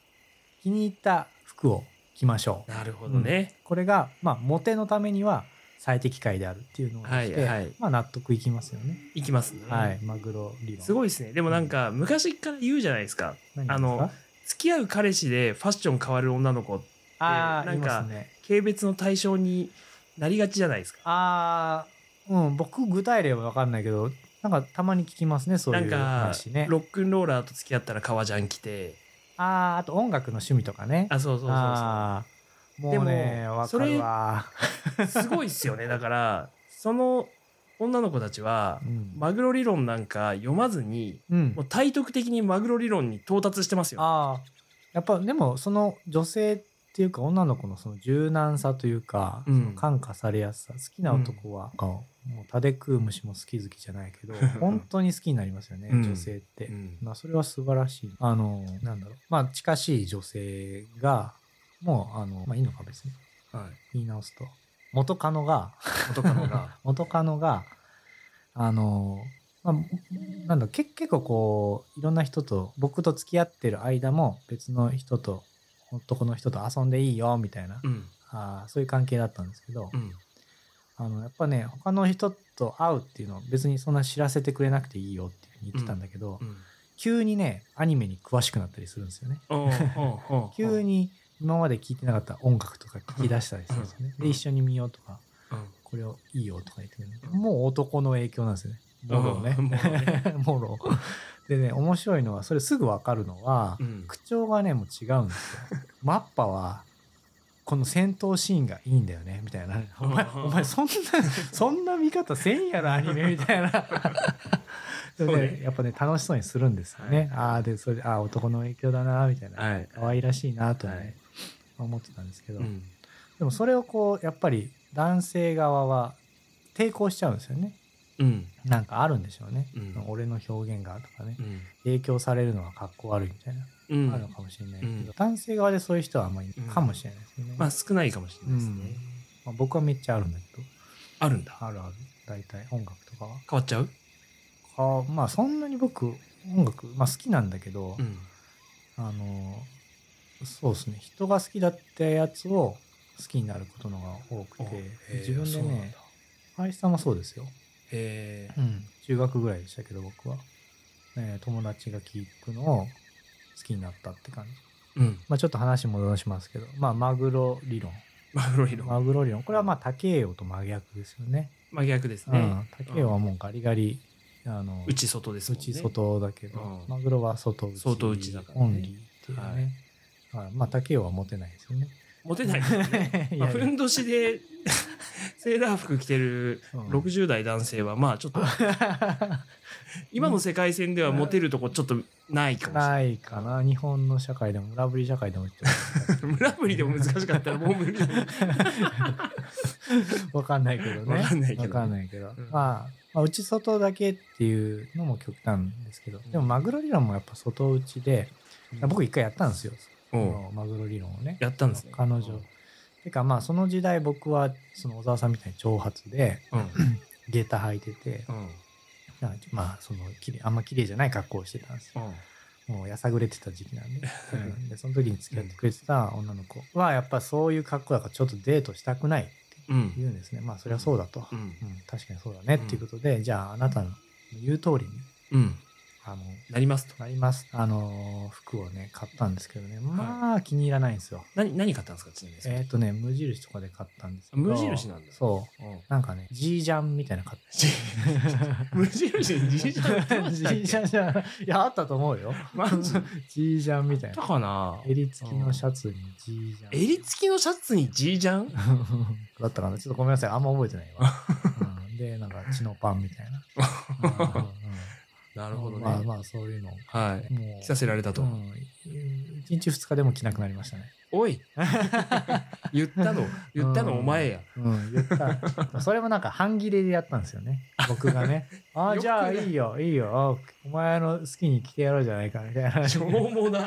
S1: 気に入った服を着ましょう。
S2: なるほどね。
S1: これが、まあ、モテのためには最適解であるっていうのをして、
S2: はいはい
S1: まあ、納得いきますよね。
S2: いきますね。
S1: はい。。マグロ理論。
S2: すごいですね。でもなんか、昔から言うじゃないですか。
S1: 何ですか
S2: あの付き合う彼氏でファッション変わる女の子、
S1: あー
S2: なんか
S1: いますね。
S2: 軽蔑の対象になりがちじゃないですか。
S1: ああ、うん、僕、具体例は分かんないけど、なんかたまに聞きますね、そう
S2: ないん
S1: う
S2: か、
S1: 話ね。
S2: ロックンローラーと付き合ったら革ジャン着て、
S1: ああ、あと音楽の趣味とかね。
S2: あ、そうそうそ
S1: あーもうね、
S2: でも
S1: わかるわ。
S2: うそう。すごいっすよね。だから、その女の子たちは、
S1: うん
S2: マグロ理論なんか読まずに、
S1: うん
S2: もう体得的にマグロ理論に到達してますよ。
S1: ああやっぱでもその女性っていうか女の子のその柔軟さというか、
S2: うん
S1: その感化されやすさ好きな男は、もうタデクウムシも好き好きじゃない けど本当に好きになりますよね、
S2: うん
S1: 女性って、
S2: うん
S1: まあ、それは素晴らしいあのなんだろうまあ近しい女性がもうあの、まあ、いいのか別に
S2: はい。
S1: 言い直すと元カノが
S2: 元カノが。
S1: 元カノがあの、まあ、なんだけ結構こういろんな人と僕と付き合ってる間も別の人と男の人と遊んでいいよみたいな、
S2: うん。
S1: あーそういう関係だったんですけど、
S2: うん。
S1: あのやっぱね他の人と会うっていうのを別にそんな知らせてくれなくていいよっていうふうに言ってたんだけど、
S2: うん。
S1: 急にねアニメに詳しくなったりするんですよね。
S2: おうおうおう
S1: 急。に今まで聞いてなかった音楽とか聞き出したりするんですよね。
S2: うん
S1: で一緒に見ようとか
S2: うん
S1: これをいいよとか言ってくるのもう男の影響なんですよね。もろ ね
S2: うんもろね。
S1: もろ。でね、面白いのは、それすぐわかるのは、
S2: うん
S1: 口調がね、もう違うんですよ。 マッパは、この戦闘シーンがいいんだよね、みたいな。お前、
S2: うん
S1: お前、 そんな、そんな見方せんやろ、アニメ、みたいな。で
S2: そう
S1: ね
S2: ね、
S1: やっぱね、楽しそうにするんですよね。ああ、で、それ、ああ、男の影響だな、みたいな。
S2: はい。
S1: 可愛らしいな、と
S2: はい
S1: ね、思ってたんですけど。
S2: うん。
S1: でもそれをこうやっぱり男性側は抵抗しちゃうんですよね。
S2: うん。
S1: なんかあるんでしょうね。
S2: うん
S1: 俺の表現がとかね
S2: う。ん。
S1: 影響されるのはかっこ悪いみたいな、
S2: うん
S1: あるのかもしれないけど、
S2: うん
S1: 男性側でそういう人はあんまりいないかもしれないですよね。
S2: ま
S1: ま
S2: あ少ないかもしれないですね。
S1: うんあ、僕はめっちゃあるんだけど、
S2: あるんだ。
S1: あるある。大体音楽とかは。
S2: 変わっちゃう
S1: あまあそんなに僕音楽、まあ、好きなんだけど、
S2: ん。
S1: あのそうですね人が好きだってやつを好きになることのが多く
S2: お
S1: て
S2: へー
S1: 自分で
S2: そうなん
S1: ね
S2: だ
S1: 林さんもそうですよ、
S2: へえ
S1: うん、中学ぐらいでしたけど僕は、えー友達が聞くのを好きになったって感じ、
S2: うん
S1: まあ、ちょっと話戻しますけど、まあ、マグロ理論
S2: マグロ色
S1: マグロ理論これはまあ竹栄と真逆ですよね、
S2: 真逆です
S1: う
S2: ね
S1: ん、竹栄はもうガリガリあの
S2: 内外ですもんね
S1: 内外だけど、
S2: うん
S1: マグロは外内
S2: 外内だからね
S1: オンリーっていうね、はいまあ竹雄は持てないですよね
S2: モ テないですね
S1: い
S2: まあ
S1: やい
S2: ふ
S1: や
S2: んどしで セーラー服着てる
S1: うん
S2: 60代男性はまあちょっと今の世界線ではモテるとこちょっとないかもしれない
S1: ないかな日本の社会でも村ぶり社会でも言って ますから
S2: 村ぶりでも難しかったらもう無理
S1: わかんないけどね
S2: わかんないけど
S1: わかんないけど
S2: うん
S1: まあまあ内外だけっていうのも極端ですけどでもマグロ理論もやっぱ外内で僕一回やったんですよ
S2: う
S1: そ
S2: ん
S1: のマグロ理論をね
S2: やったんですね
S1: 彼女てかまあその時代僕はその小沢さんみたいに長髪で
S2: うん
S1: 下駄履いてて
S2: うん
S1: なんかまあその綺麗あんま綺麗じゃない格好をしてたんですよ
S2: うん
S1: もうやさぐれてた時期なん で
S2: うん
S1: でその時に付き合ってくれてた女の子はやっぱそういう格好だからちょっとデートしたくないって
S2: うん
S1: 言うんですねまあそりゃそうだと、う
S2: う
S1: ん
S2: ん
S1: 確かにそうだねっていうことで、じゃああなたの言う通りに
S2: うん
S1: あの
S2: なりますと
S1: なりますあの服をね買ったんですけどねまあ気に入らないんですよ、
S2: 何何買ったんですかちなみに
S1: えっ、とね無印とかで買ったんですけど
S2: 無印なんだ
S1: そう
S2: うん
S1: なんかねジージャンみたいなの買った
S2: 無印に 自信ゃってま
S1: ジ
S2: したっ
S1: ージャンじゃないいやあったと思うよ
S2: マジ
S1: ジージャンみたい
S2: けた
S1: な
S2: かな
S1: 襟付きのシャツにジージャン
S2: 襟付きのシャツに G じゃん
S1: だったかなちょっとごめんなさいあんま覚えてないわ、うんでなんか血のパンみたいな、 うんうん
S2: なるほどね、
S1: まあまあそういうのも
S2: はい。
S1: う
S2: 着させられたと。
S1: うん、1日2日でも着なくなりましたね、
S2: おい 言ったの、言ったのお前や。
S1: うん、言ったそれもなんか半切れでやったんですよね僕が ねああじゃあいいよいいよお前の好きに着てやろうじゃないかみたいな
S2: しょうもな。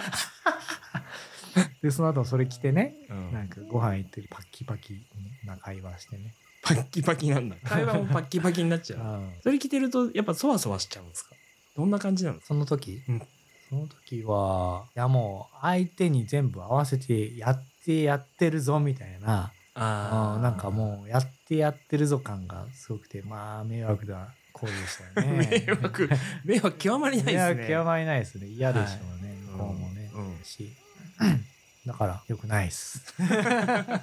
S1: でその後それ着てね
S2: うん
S1: なんかご飯行ってパッキパキな会話してね。
S2: パッキパキなんだ。会話もパッキパキになっちゃう。それ着てると、やっぱそわそわしちゃうんですかどんな感じなの
S1: その時、
S2: うん
S1: その時は、いやもう相手に全部合わせてやってやってるぞみたいな、
S2: あ
S1: うんなんかもうやってやってるぞ感がすごくて、まあ迷惑だ行為でしたよね。
S2: 迷惑、迷惑極まりない
S1: 迷
S2: ですね。
S1: 惑極まりないですね。嫌でしょうね、
S2: い
S1: 向こうもね。
S2: うんうん
S1: し だから、よくないっす。
S2: 内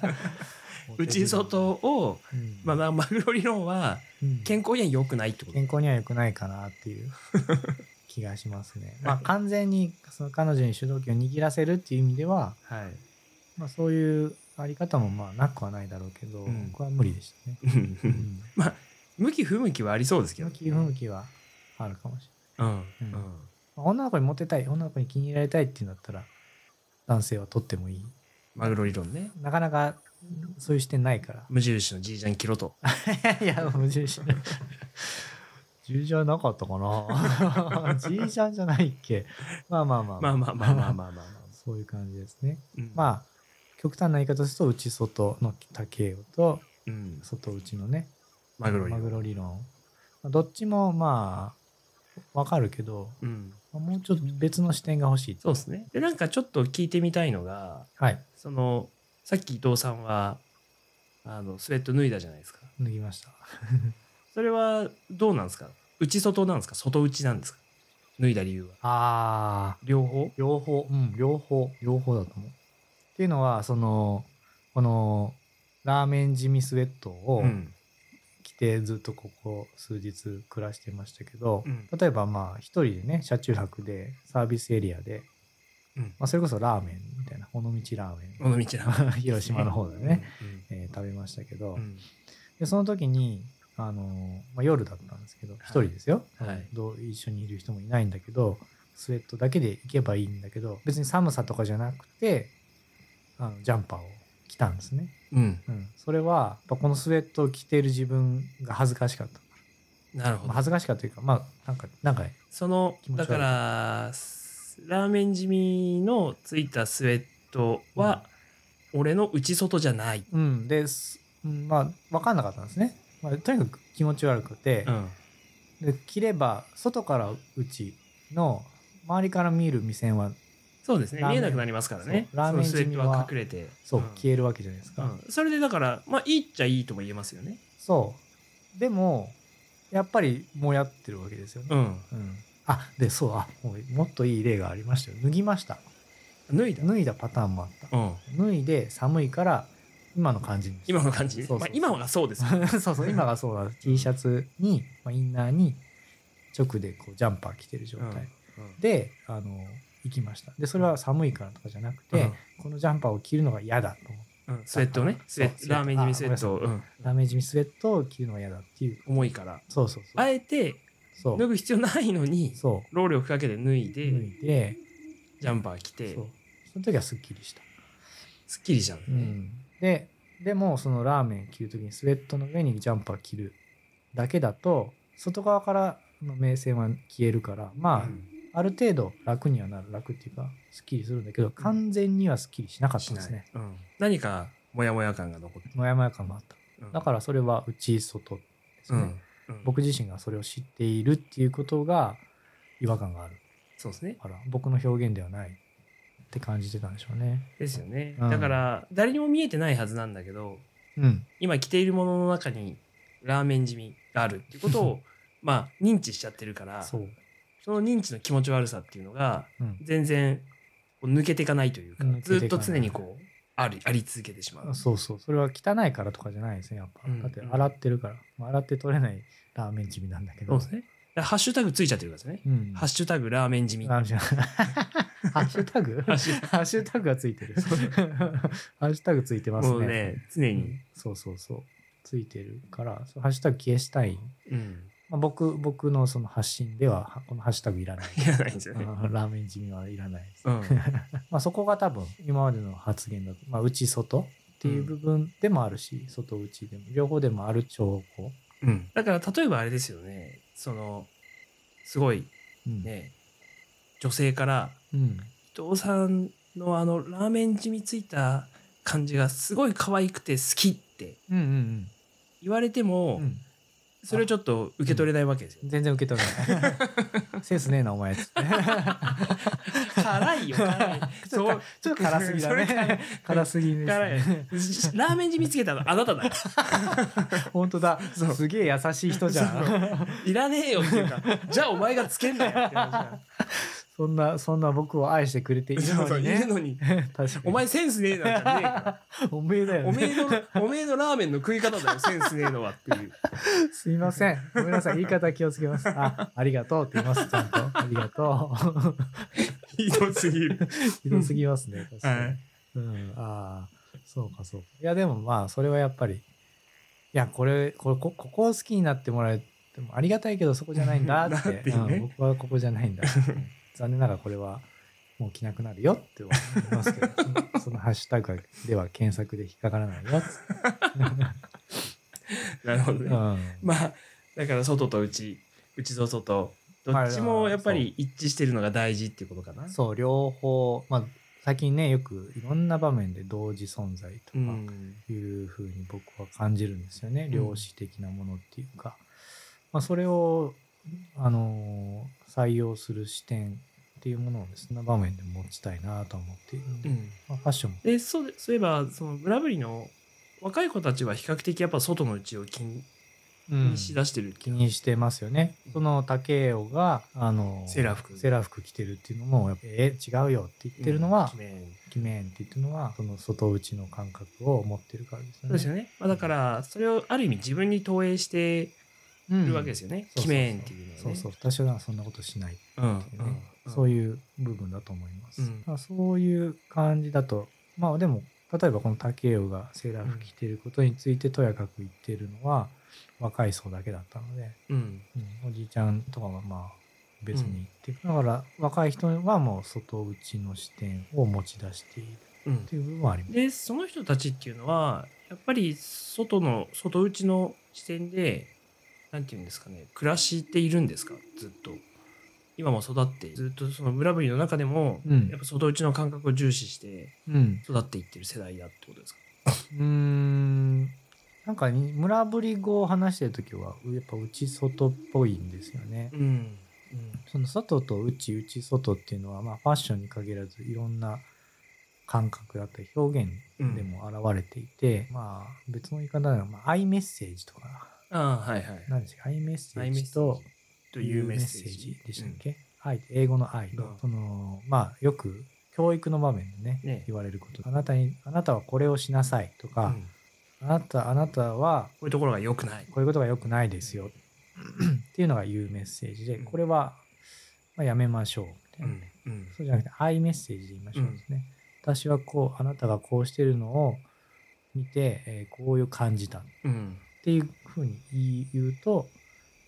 S2: 外を、
S1: うん、
S2: まあまあ、マグロ理論は
S1: うん
S2: 健康には良くないってこと。
S1: 健康には良くないかなっていう 気がしますね。まあ完全にその彼女に主導権を握らせるっていう意味では、
S2: はい。
S1: まあ、そういうあり方もまあなくはないだろうけど、
S2: うん
S1: 僕は無理でしたね。うん、
S2: 向き不向きはありそうですけど
S1: 向
S2: ね。
S1: き不向きはあるかもしれない。
S2: うん。う
S1: うん
S2: ん。
S1: まあ女の子にモテたい女の子に気に入られたいっていうんだったら男性は取ってもいい。
S2: マグロ理論ね。
S1: なかなかそういう視点ないから。
S2: 無印の G ジャン着ろと。
S1: いや無印ね。ジージャンなかったかなジージャンじゃないっけまあまあまあ
S2: まあまあまあまあまあまあまあ。
S1: そういう感じですね。
S2: うん
S1: まあ極端な言い方すると内外の竹雄と
S2: うん、
S1: 外内のね
S2: マグロ
S1: マグロ理論まあどっちもまあわかるけど
S2: うん、
S1: まあもうちょっと別の視点が欲しい
S2: そうですねでなんかちょっと聞いてみたいのが
S1: はい
S2: そのさっき伊藤さんはあのスウェット脱いだじゃないですか
S1: 脱ぎました
S2: それはどうなんですか内外なんですか外内なんですか脱いだ理由は
S1: ああ
S2: 両方
S1: 両方うん両方両方だと思うっていうのはそのこのラーメン地味スウェットを
S2: うん
S1: 着てずっとここ数日暮らしてましたけど、
S2: うん
S1: 例えばまあ一人でね車中泊でサービスエリアで
S2: うん
S1: まあ、それこそラーメンみたいな尾道ラーメ
S2: 尾道な
S1: ン 広島の方でね、
S2: うん
S1: えー食べましたけど、
S2: うん
S1: でその時に、あのーまあ、夜だったんですけど一人ですよ、
S2: はい
S1: どう一緒にいる人もいないんだけどスウェットだけで行けばいいんだけど別に寒さとかじゃなくてあのジャンパーを着たんですね、
S2: うん
S1: うん、それはやっぱこのスウェットを着ている自分が恥ずかしかった、
S2: なるほ
S1: まあ、
S2: ど
S1: 恥ずかしかったというかまあなんかなんか
S2: その
S1: 気持ち悪
S2: だ
S1: い
S2: からラーメン地味のついたスウェットは、俺の内外じゃない、
S1: うんです、うん、まあ分かんなかったんですね、まあ、とにかく気持ち悪くて、
S2: うん
S1: で切れば外から内の周りから見る目線は
S2: そうですね
S1: ラーメン
S2: 見えなくなりますからね
S1: そうラーメン
S2: そのスウェット
S1: 地味
S2: は
S1: は
S2: 隠れて
S1: そう、
S2: ん
S1: 消えるわけじゃないですか、
S2: うんそれでだからまあいいっちゃいいとも言えますよね
S1: そうでもやっぱりもやってるわけですよね、
S2: うん
S1: うんあでそうあもうもっといい例がありましたよ脱ぎました
S2: 脱いだ
S1: 脱いだパターンもあった
S2: うん
S1: 脱いで寒いから今の感じに
S2: 今の感
S1: そ
S2: じ
S1: うそう
S2: まあ今はそうです よ
S1: そうそう今がそうなんです T シャツに、まあ、インナーに直でこうジャンパー着てる状態、
S2: うん
S1: であの行きましたでそれは寒いからとかじゃなくて、このジャンパーを着るのが嫌だと思って
S2: うんスウェットねスウェッ
S1: そ
S2: ト
S1: う
S2: ラーメン地味スウェット
S1: あ
S2: をうん
S1: ダメージミスウェットを着るのが嫌だっていう
S2: 重いから
S1: そうそうそう
S2: あえて
S1: そ
S2: 脱
S1: う
S2: ぐ必要ないのに
S1: そう
S2: 労力かけて脱い
S1: 脱
S2: で
S1: いで、
S2: ジャンパー着て
S1: そうその時はすっきりした、
S2: すっきりじゃん
S1: う
S2: ね
S1: ん、ででもそのラーメン着る時にスウェットの上にジャンパー着るだけだと外側からの目線は消えるからまあ、
S2: うん
S1: ある程度楽にはなる楽っていうかすっきりするんだけど完全にはすっきりしなかったんですね
S2: しないうん何かモヤモヤ感が残って
S1: モヤモヤ感もあっただかららそれは内外です
S2: う
S1: ね、
S2: んうん
S1: 僕自身がそれを知っているっていうことが違和感がある
S2: そうですね
S1: から僕の表現ではないって感じてたんでしょうね
S2: ですよね
S1: うん
S2: だから誰にも見えてないはずなんだけど
S1: うん
S2: 今着ているものの中にラーメン地味があるっていうこ とをまあ認知しちゃってるから
S1: そ、
S2: そうの認知の気持ち悪さっていうのが
S1: うん、
S2: 全然こう抜けていかないというか
S1: 抜けていかない
S2: ずっと常にこうありあり続けてしまう。
S1: そうそうそれは汚いからとかじゃないですねやっぱ、
S2: うん
S1: だって洗ってるから、まあ、洗って取れないラーメンチビなんだけ
S2: そう
S1: ど
S2: ですね。だからハッシュタグついちゃってるからですね。
S1: うん
S2: ハッシュタグラーメン地味。
S1: あじ ゃあハッシュタグ
S2: ハッシュ
S1: ハッシュタグがついてる。 ハッシュタグついてますね。
S2: もうね、常
S1: う
S2: に
S1: ん。そうそうそう。ついてるから、そのハッシュタグ消したい。
S2: うん。
S1: まあ、僕、僕のその発信では、はこのハッシュタグいらない。
S2: いらないんですよ
S1: あ
S2: ね。
S1: ーラーメン地味はいらないです。
S2: うん。
S1: まあ、そこが多分、今までの発言だと、まあ、内外っていう部分でもあるし、外内でも、両方でもある証拠。
S2: うん。だから例えばあれですよね。その、すごい
S1: うん。
S2: ね、女性から、
S1: うん。
S2: 伊藤さんのあのラーメン地味ついた感じがすごい可愛くて好きって
S1: うんうん
S2: 言われて
S1: う
S2: も
S1: ん。う、ん
S2: それをちょっと受け取れないわけですよ。
S1: 全然受け取れ ない。センスねえな、お前っつって。。
S2: 辛いよ、 辛い
S1: ちょっとちょっと辛すぎだ
S2: それ辛
S1: ね
S2: い。
S1: 辛すぎです
S2: 辛い
S1: ね。
S2: ラーメン地見つけたのあなただよ。
S1: 本当だ。
S2: そう
S1: すげえ優しい人じゃん。
S2: いらねえよっていうか、じゃあお前がつけんなよって話だ。
S1: そんな、そんな僕を愛してくれている
S2: そうそ
S1: の
S2: う
S1: に
S2: い
S1: ね
S2: る。のに。
S1: 確かに
S2: お前センスねえなんじゃねえか
S1: おめえだ
S2: ら。
S1: よ
S2: おめ
S1: ね。
S2: えの、おめえのラーメンの食い方だよ、センスねえのはっていう。
S1: すいません。ごめんなさい。言い方気をつけます。あ、ありがとうって言います。ちゃんと。ありがとう。
S2: ひどすぎる。
S1: ひどすぎますね。確か
S2: は
S1: に
S2: い。
S1: うん。ああ、そうかそうか。いや、でもまあ、それはやっぱり、いや、これ、これこ、ここを好きになってもらえてもありがたいけど、そこじゃないんだっ。
S2: だっててね
S1: うん僕はここじゃないんだ。うん残念ながらこれは、もう着なくなるよって思いますけど、うんそのハッシュタグでは検索で引っかからないよっつって。
S2: なるほど
S1: う
S2: ね。
S1: ん。
S2: まあ、だから外と内、内と外、どっちもやっぱり一致してるのが大事っていうことかな。
S1: そう、両方、まあ、最近ね、よくいろんな場面で同時存在とか、
S2: うん。
S1: いうふうに僕は感じるんですよね
S2: ん
S1: 量子的なものっていうか、まあ、それを、あのー採用する視点っていうものをですね場面で持ちたいなと思っているので、
S2: うん
S1: まあ、ファッションも
S2: でそうそういえばそのブラブリの若い子たちは比較的やっぱ外のうちを気に気にしだしてる
S1: 気にしてますよね。その竹雄が、あのー
S2: セーラー服
S1: セーラー服着てるっていうのもやっぱえ違うよって言ってるのは、
S2: うん決め
S1: キメンって言ってるのはその外内の感覚を持ってるからですよ
S2: そう
S1: ね。
S2: ですよね、まあ、だからそれをある意味自分に投影して
S1: うん
S2: るわけですよね、
S1: そうそうそう
S2: 決めんっていうのはね
S1: そうそう私はそんなことしない
S2: うん
S1: っていううんねそういう部分だと思います。
S2: うん
S1: まあそういう感じだと、まあでも、例えばこの竹雄がセーラー服着てることについてとやかく言ってるのは若い層だけだったので、
S2: うん
S1: うんおじいちゃんとかはまあ別
S2: う
S1: に
S2: ん
S1: 言って、だから若い人はもう外内の視点を持ち出している
S2: うん
S1: っていう部分はあります。
S2: でその人たちっていうのはやっぱり外の外内の視点でなんていうんですかね暮らしているんですかずっと今も育ってずっとそのブラブリの中でも、
S1: うん
S2: やっぱ外内の感覚を重視して
S1: うん。
S2: 育っていってる世代だってことですか
S1: うーん。なんかに村ぶり語を話してる時はやっぱ内外っぽいんですよね。
S2: うん
S1: その外と内内外っていうのは、まあ、ファッションに限らずいろんな感覚だったり表現でも現れていて、まあ別の言い方なら、まあ、アイメッセージとか
S2: ああ、はいはい。
S1: 何でしたっけアイメッセ
S2: アイ
S1: ー
S2: メッ
S1: ジ
S2: セー
S1: と
S2: ジというメッセー
S1: メ
S2: ジ
S1: でしたっけ、愛って英語の愛の、
S2: うん
S1: そのまあよく教育の場面でね
S2: ね
S1: 言われることあなたにあなたはこれをしなさいと
S2: うんう
S1: か、
S2: ん
S1: あ
S2: こ
S1: なたあなたは
S2: ういうところが良くない。
S1: こういうことが良くないですよっていうのが言うメッセージで、
S2: うん
S1: これは、まあ、やめましょうみた
S2: う
S1: いな、
S2: んうん
S1: そうじゃなくてアイメッセージで言いましょうですね、私はこうあなたがこうしてるのを見て、えーこういう感じたっ
S2: うん
S1: ていうふうに言うと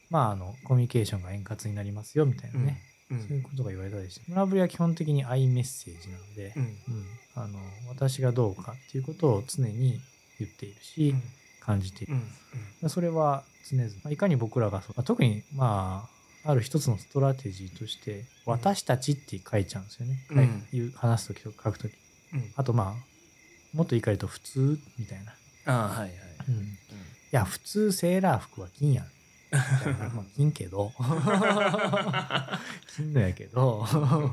S1: まああのコミュニケーションが円滑になりますよみたいなね、
S2: うん
S1: そういうことが言われたりして村ぶりは基本的にアイメッセージなので、
S2: うん
S1: うんあの私がどうかっていうことを常に言っているし、
S2: うん
S1: 感じている
S2: うん
S1: まあそれは常々、まあいかに僕らがそうまあ特にまあある一つのストラテジーとして「
S2: うん
S1: 私たち」って書いちゃうんですよね、
S2: うん
S1: はい言う話す時とか書く時
S2: うん
S1: あとまあもっと言い換えると「普通」みたいな
S2: ああ、はいはい。
S1: 「うん、いや普通セーラー服は金やん」みたいなまあ金けど 金のやけど、うん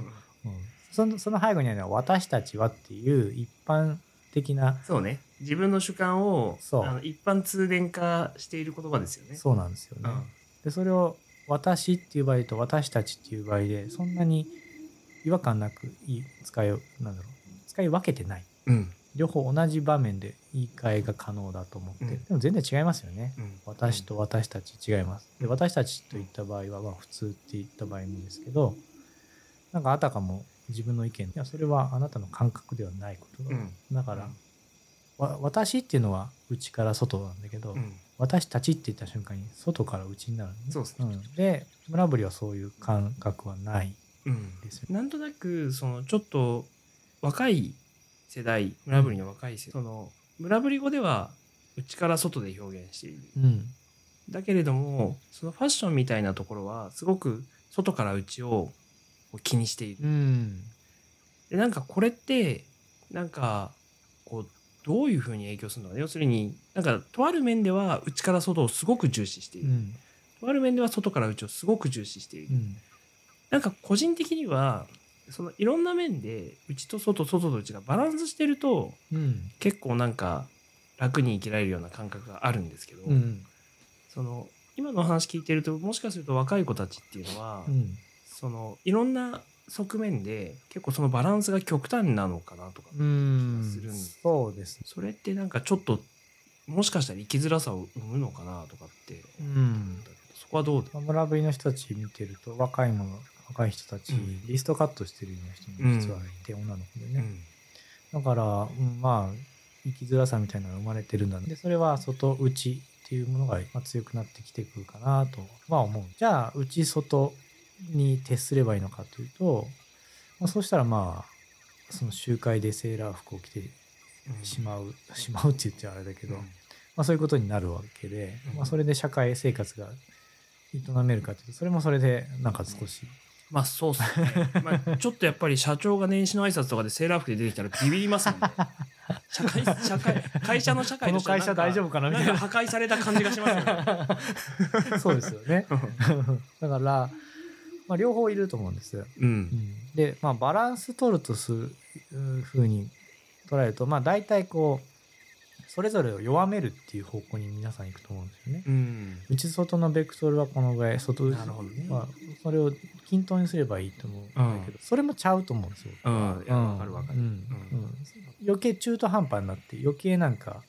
S1: そのその背後にあるのは「私たちは」っていう一般的な
S2: そうね。自分の主観を
S1: そう
S2: あの一般通電化している言葉ですよね。
S1: そうなんですよね。でそれを「私」っていう場合と「私たち」っていう場合でそんなに違和感なくいい使いなんだろう使い分けてない
S2: うん。
S1: 両方同じ場面で言い換えが可能だと思って、
S2: うん
S1: でも全然違いますよね。
S2: うん
S1: 私と私たち違います。で私たちと言った場合は、まあ、普通って言った場合もですけどなんかあたかも自分の意見いやそれはあなたの感覚ではないことだ、
S2: うん
S1: だから、わ私っていうのは内から外なんだけど、
S2: うん
S1: 私たちって言った瞬間に外から内になるのね
S2: そうですね
S1: んで村ぶりはそういう感覚はない
S2: うん
S1: ですよね。
S2: なんとなくそのちょっと若い世代村ぶりの若い世代その村ぶり語では内から外で表現している
S1: うん
S2: だけれどもそのファッションみたいなところはすごく外から内をこう気にしている
S1: うん
S2: でなんかこれってなんかこうどういうふうに影響するのか要するになんかとある面では内から外をすごく重視していうる、
S1: ん
S2: とある面では外から内をすごく重視している、
S1: うん
S2: なんか個人的にはそのいろんな面で内と外外と内がバランスしてると
S1: うん
S2: 結構なんか楽に生きられるような感覚があるんですけど、
S1: うん
S2: その今のお話聞いてるともしかすると若い子たちっていうのは、
S1: うん
S2: そのいろんな側面で結構そのバランスが極端なのかなとか、
S1: うん
S2: 気がするんです
S1: そうですね。
S2: それってなんかちょっともしかしたら生きづらさを生むのかなとかって
S1: う
S2: 思うん
S1: ん
S2: だけど、そこはどうだ
S1: まあ村ぶりの人たち見てると若いもの若い人たち、
S2: うん
S1: リストカットしてるような人も実はいて、女の子でね。だから、うんまあ生きづらさみたいなのが生まれてるんだねでそれは外内っていうものがまあ強くなってきてくるかなとまあ思うじゃあ内外に徹すればいいのかというと、まあ、そうしたらまあその集会でセーラー服を着てしまう、しまうって言ってあれだけ
S2: け
S1: ど、まあ、そういうことになるわけで、
S2: うん
S1: まあ、それで社会生活が営めるかというとそれもそれでなんか少し
S2: まあそうっす ね。まあちょっとやっぱり社長が年始の挨拶とかでセーラー服で出てきたらビビりますもんね。社会、社会、会社の社
S1: こ
S2: 会
S1: の
S2: として
S1: 会
S2: はなんか
S1: 社大丈夫かなみたい
S2: なん
S1: な
S2: か破壊された感じがしますよ ね。
S1: そうですよね だから、まあ、両方いると思うんです、
S2: う。
S1: うんんで、まあ、バランス取るとするうんふうに捉えるとまあ大体こうそれぞれを弱めるっていう方向に皆さん行くと思うんですよね
S2: う、ん。
S1: 内外のベクトルはこのぐらい外内
S2: なるほどね
S1: はそれを均等にすればいいと思うんだけど、それもちゃうと思うんですよ
S2: うん。いやわかるわかる。
S1: うん
S2: うん
S1: うん余計中途半端になって余計なんか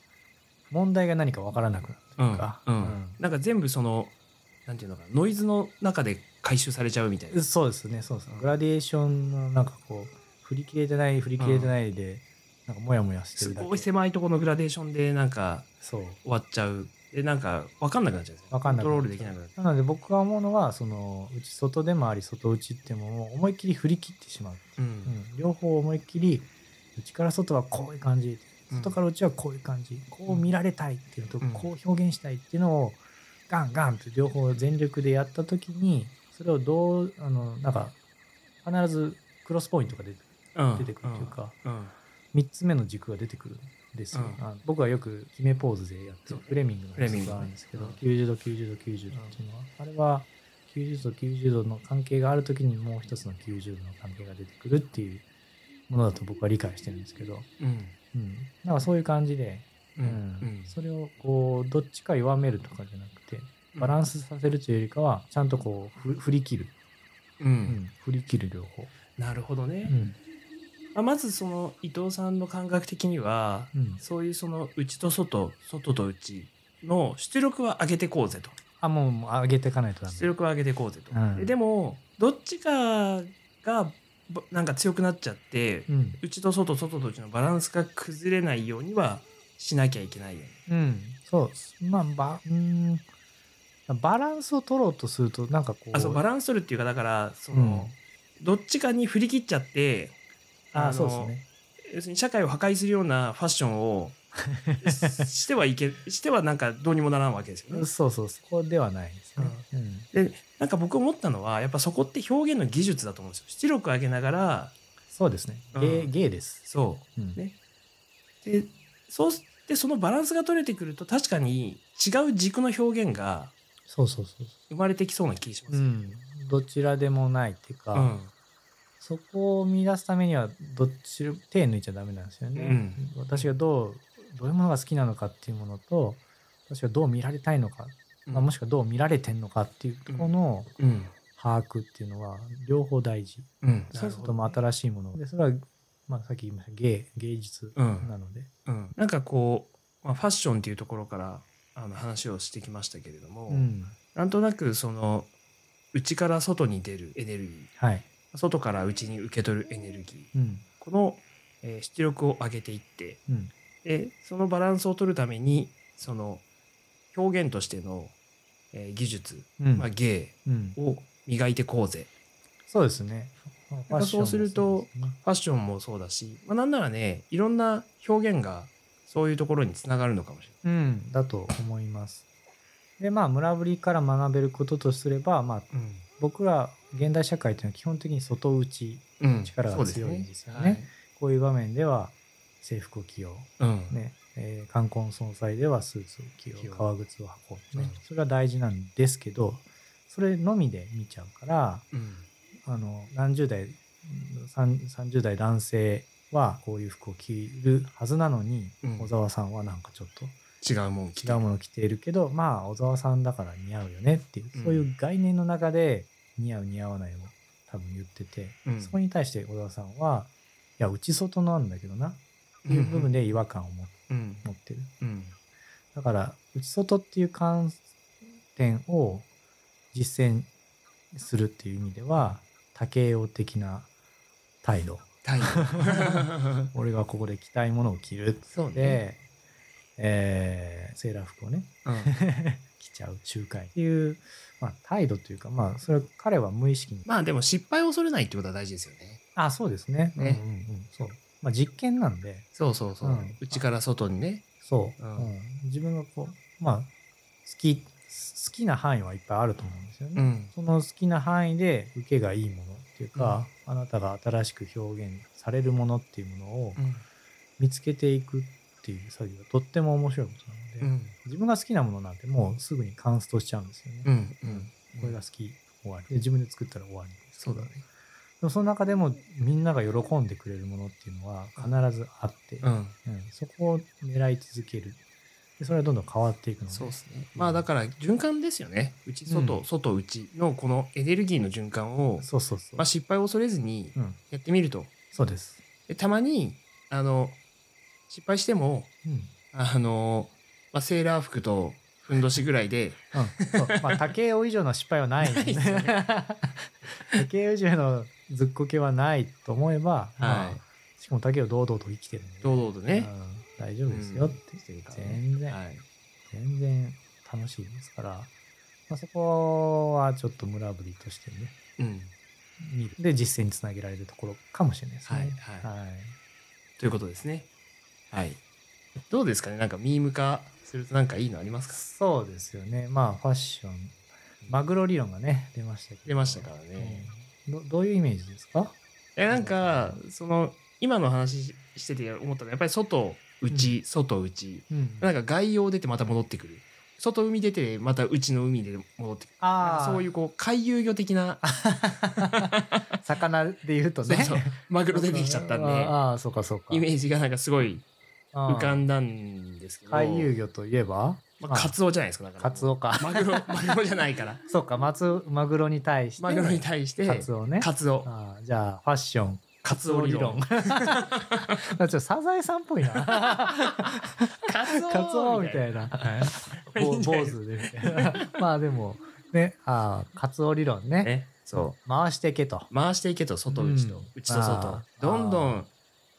S1: 問題が何かわからなくなるというか、
S2: うんなんか全部その、なんていうのかな、ノイズの中で回収されちゃうみたいな。
S1: そうですねそうですね
S2: うん
S1: グラデーションのなんかこう振り切れてない振り切れてないで、なんかモヤモヤして
S2: す
S1: るだけ
S2: ごい狭いところのグラデーションでなんか
S1: そう
S2: 終わっちゃう。で、なんか分かんなくなっちゃうんですよ
S1: わかんなく
S2: コント
S1: な
S2: ロ
S1: っ
S2: ー
S1: ちゃう
S2: ルできなくなっちゃ
S1: なので僕が思うのはその内外でもあり外内っていうものを思いっきり振り切ってしまう、
S2: う。う。
S1: うんん両方思いっきり内から外はこういう感じ
S2: うん
S1: 外から内はこういう感じ、こう見られたいっていうのと、
S2: うん
S1: こう表現したいっていうのをガンガンって両方全力でやった時にそれをどうあのなんか必ずクロスポイントが出て
S2: うん
S1: 出てくるというか、
S2: うん。
S1: 3つ目の軸が出てくるんですよ、
S2: うん
S1: あの僕はよく決めポーズでやって
S2: そう
S1: る
S2: ね
S1: フレミングの
S2: フレミング
S1: があるんですけど、
S2: うん
S1: 90度90度90度っていうのは、あれは90度と90度の関係がある時にもう一つの90度の関係が出てくるっていうものだと僕は理解してるんですけど、
S2: うん
S1: うん、なんかそういう感じで、
S2: う
S1: うん
S2: ん
S1: それをこうどっちか弱めるとかじゃなくて
S2: うん
S1: バランスさせるというよりかはちゃんとこうふ振り切る、
S2: う
S1: うんん、振り切る両方、
S2: なるほど
S1: う
S2: ね、
S1: ん
S2: まあ、まずその伊藤さんの感覚的には
S1: うん、
S2: そういうその内と外外と内の出力は上げてこうぜと
S1: あもうもう上げていかないとダ
S2: 出
S1: メ
S2: 力を上げてこうぜと、
S1: うん
S2: でもどっちかがぼなんか強くなっちゃって、
S1: うん
S2: 内と外外と内のバランスが崩れないようにはしなきゃいけないよね
S1: うん、そうです。まあ、ば、うーん、バランスを取ろうとすると、なんかこう、
S2: あそうバランス取るっていうかだからその、どっちかに振り切っちゃって
S1: あ
S2: の
S1: そうですね。
S2: 要するに社会を破壊するようなファッション をししてはいけしてはなんかどうにもならんわけですよね。
S1: そうそう、そこではないですね。うん。
S2: でなんか僕思ったのはやっぱそこって表現の技術だと思うんですよ。出力上げながら
S1: そうですね。
S2: うん
S1: ゲー、ゲーです。
S2: そ
S1: うん
S2: ねうでそうでそのバランスが取れてくると確かに違う軸の表現が
S1: そうそうそうそ
S2: 生まれてきそうな気がしま
S1: う。
S2: す。
S1: ん。どちらでもないっていうか、
S2: うん
S1: そこを見出すためには、どっち、手抜いちゃダメなんですよね。
S2: うん
S1: 私がどう、どういうものが好きなのかっていうものと、私がどう見られたいのか、まあ、もしくはどう見られてんのかっていうところの
S2: うん
S1: 把握っていうのは、両方大事。
S2: うん、
S1: そうするとま
S2: な
S1: あ
S2: る
S1: 新しいものでそれは、まあ、さっき言いました芸芸術
S2: ほどうん
S1: なので、
S2: うん、なんかこう、まあ、ファッションっていうところからあの話をしてきましたけれども、
S1: うん
S2: なんとなくその内から外に出るエネルギ
S1: はい、
S2: ー外から内に受け取るエネルギー
S1: うん
S2: この、えー出力を上げていって
S1: うん、
S2: でそのバランスを取るためにその表現としての、えー技術、
S1: うん
S2: まあ、芸
S1: うん、
S2: を磨いてこうぜ
S1: そうですねファ
S2: なんかそうすると
S1: ファッションもそうですね
S2: ファッションもそうだし、まあ、なんならねいろんな表現がそういうところにつながるのかもしれない。
S1: うんだと思いますでまあ村ぶりから学べることとすれば、まあ、僕ら現代社会というのは基本的に外内
S2: うん
S1: 力が強いんですよね。こういう場面では制服を着よ
S2: そうですはいうん
S1: う、ねえー冠婚葬祭ではスーツを着よ
S2: 着
S1: う
S2: よう
S1: 革靴を履こう、ね
S2: うん
S1: それは大事なんですけどそれのみで見ちゃうから
S2: うん
S1: あの何十代三30代男性はこういう服を着るはずなのに、
S2: うん
S1: 小沢さんはなんかちょっと
S2: 違うもん着て
S1: 違うものを着ているけどまあ小沢さんだから似合うよねっていう
S2: うん
S1: そういう概念の中で似合う似合わないを多分言ってて、
S2: うん
S1: そこに対して小沢さんはいや内外なんだけどなっていう部分で違和感を持
S2: うん
S1: 持ってる。
S2: うん
S1: だから内外っていう観点を実践するっていう意味では多形応的な態度
S2: 態 度
S1: 俺がここで着たいものを着る
S2: そうね、
S1: で、えーセーラー服をね
S2: うん
S1: 着ちゃう仲介っていう、まあ、態度というかまあそれは彼は無意識に
S2: まあでも失敗を恐れないってことは大事ですよね
S1: あそうですね
S2: ね
S1: うんうんうんそう、まあ、実験なんで
S2: そうそうそう、
S1: うん
S2: 内から外にね
S1: そう、
S2: う
S1: うんん自分がこうまあ好き好きな範囲はいっぱいあると思うんですよね、
S2: ん
S1: その好きな範囲で受けがいいものっていうか、あなたが新しく表現されるものっていうものを
S2: うん
S1: 見つけていくっていう作業がとっても面白いことなので、
S2: うん
S1: 自分が好きなものなんてもうすぐにカンストしちゃうんですよね。
S2: うん
S1: これが好き終わりで自分で作ったら終わりです
S2: そうだね
S1: でもその中でもみんなが喜んでくれるものっていうのは必ずあって、
S2: うん
S1: うんそこを狙い続けるでそれはどんどん変わっていくので
S2: そうですねまあだから循環ですよね内外、
S1: うん
S2: 外内のこのエネルギーの循環を、
S1: そうそうそう、
S2: まあ、失敗を恐れずに
S1: うん、
S2: やってみると
S1: そうです、
S2: でたまにあの失敗しても
S1: うんうん
S2: あの、まあ、セーラー服とふんどしぐらいで
S1: そうまあ、竹雄以上の失敗はない
S2: ないですよね
S1: 竹雄以上のずっこけはないと思えば、ま
S2: は
S1: あ
S2: い、
S1: しかも竹雄堂々と生きてるんで、
S2: 堂々とね、
S1: うん大丈夫ですよって、全然、
S2: はい、
S1: 全然楽しいですから、まあ、そこはちょっと村ぶりとしてね
S2: うん、
S1: 見るで実践につなげられるところかもしれないですね。
S2: はい
S1: はい
S2: ということですねはいどうですかねなんかミーム化するとなんかいいのありますか
S1: そうですよねまあファッションマグロ理論がね出ましたけど
S2: 出ましたからね、
S1: うんどどういうイメージですか
S2: えなんかその今の話ししてて思ったのはやっぱり外内、外内
S1: うん
S2: なんか概要出てまた戻ってくる外海出てまたうちの海で戻ってくるなんか
S1: ああ
S2: そういうこう回遊魚的な
S1: 魚で言うとね
S2: そうそうマグロ出てきちゃったん
S1: あ
S2: で
S1: あああそうかそうか
S2: イメージがなんかすごい浮か
S1: うん
S2: んだんですけど
S1: 回遊魚といえば、
S2: まあ、カツオじゃないですかだから
S1: カツオか
S2: マグロマグロじゃない から
S1: そうかマツマグロに対して
S2: マグロに対して
S1: カツオね
S2: カツオ
S1: ああじゃあファッション
S2: カツオ理 論
S1: ちょっとサザエさんっぽいな
S2: カツ
S1: カツオみたいな
S2: はい
S1: ぼ坊 主で みたいなまあでもねああカツオ理論ね
S2: ねそ
S1: 回していけと
S2: う回していけと外内と、
S1: うん
S2: 内と外
S1: あー
S2: どんどん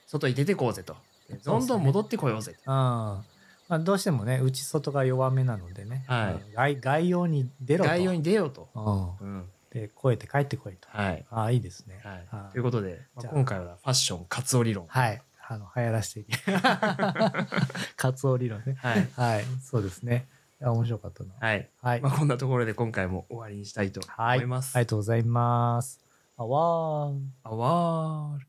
S2: 外に出てこうぜとどんどん戻ってこようぜ
S1: うんまあ、どうしてもね内外が弱めなのでね、
S2: はい
S1: 外概要に出ろと
S2: 概要に出ようと、
S1: うん、
S2: うん
S1: で超えて帰ってこいと
S2: はい
S1: ああいいですね
S2: はい
S1: ああ
S2: ということで、まあ
S1: じゃあ
S2: 今回はファッションカツオ理論
S1: はいあの流行らせていけ カツオ理論ね
S2: はい、
S1: はいそうですねいや面白かったな
S2: はい
S1: はい、
S2: まあ、こんなところで今回も終わりにしたいと
S1: はい、あ
S2: 思い
S1: り
S2: ます、
S1: がとうございますあわーん
S2: あわー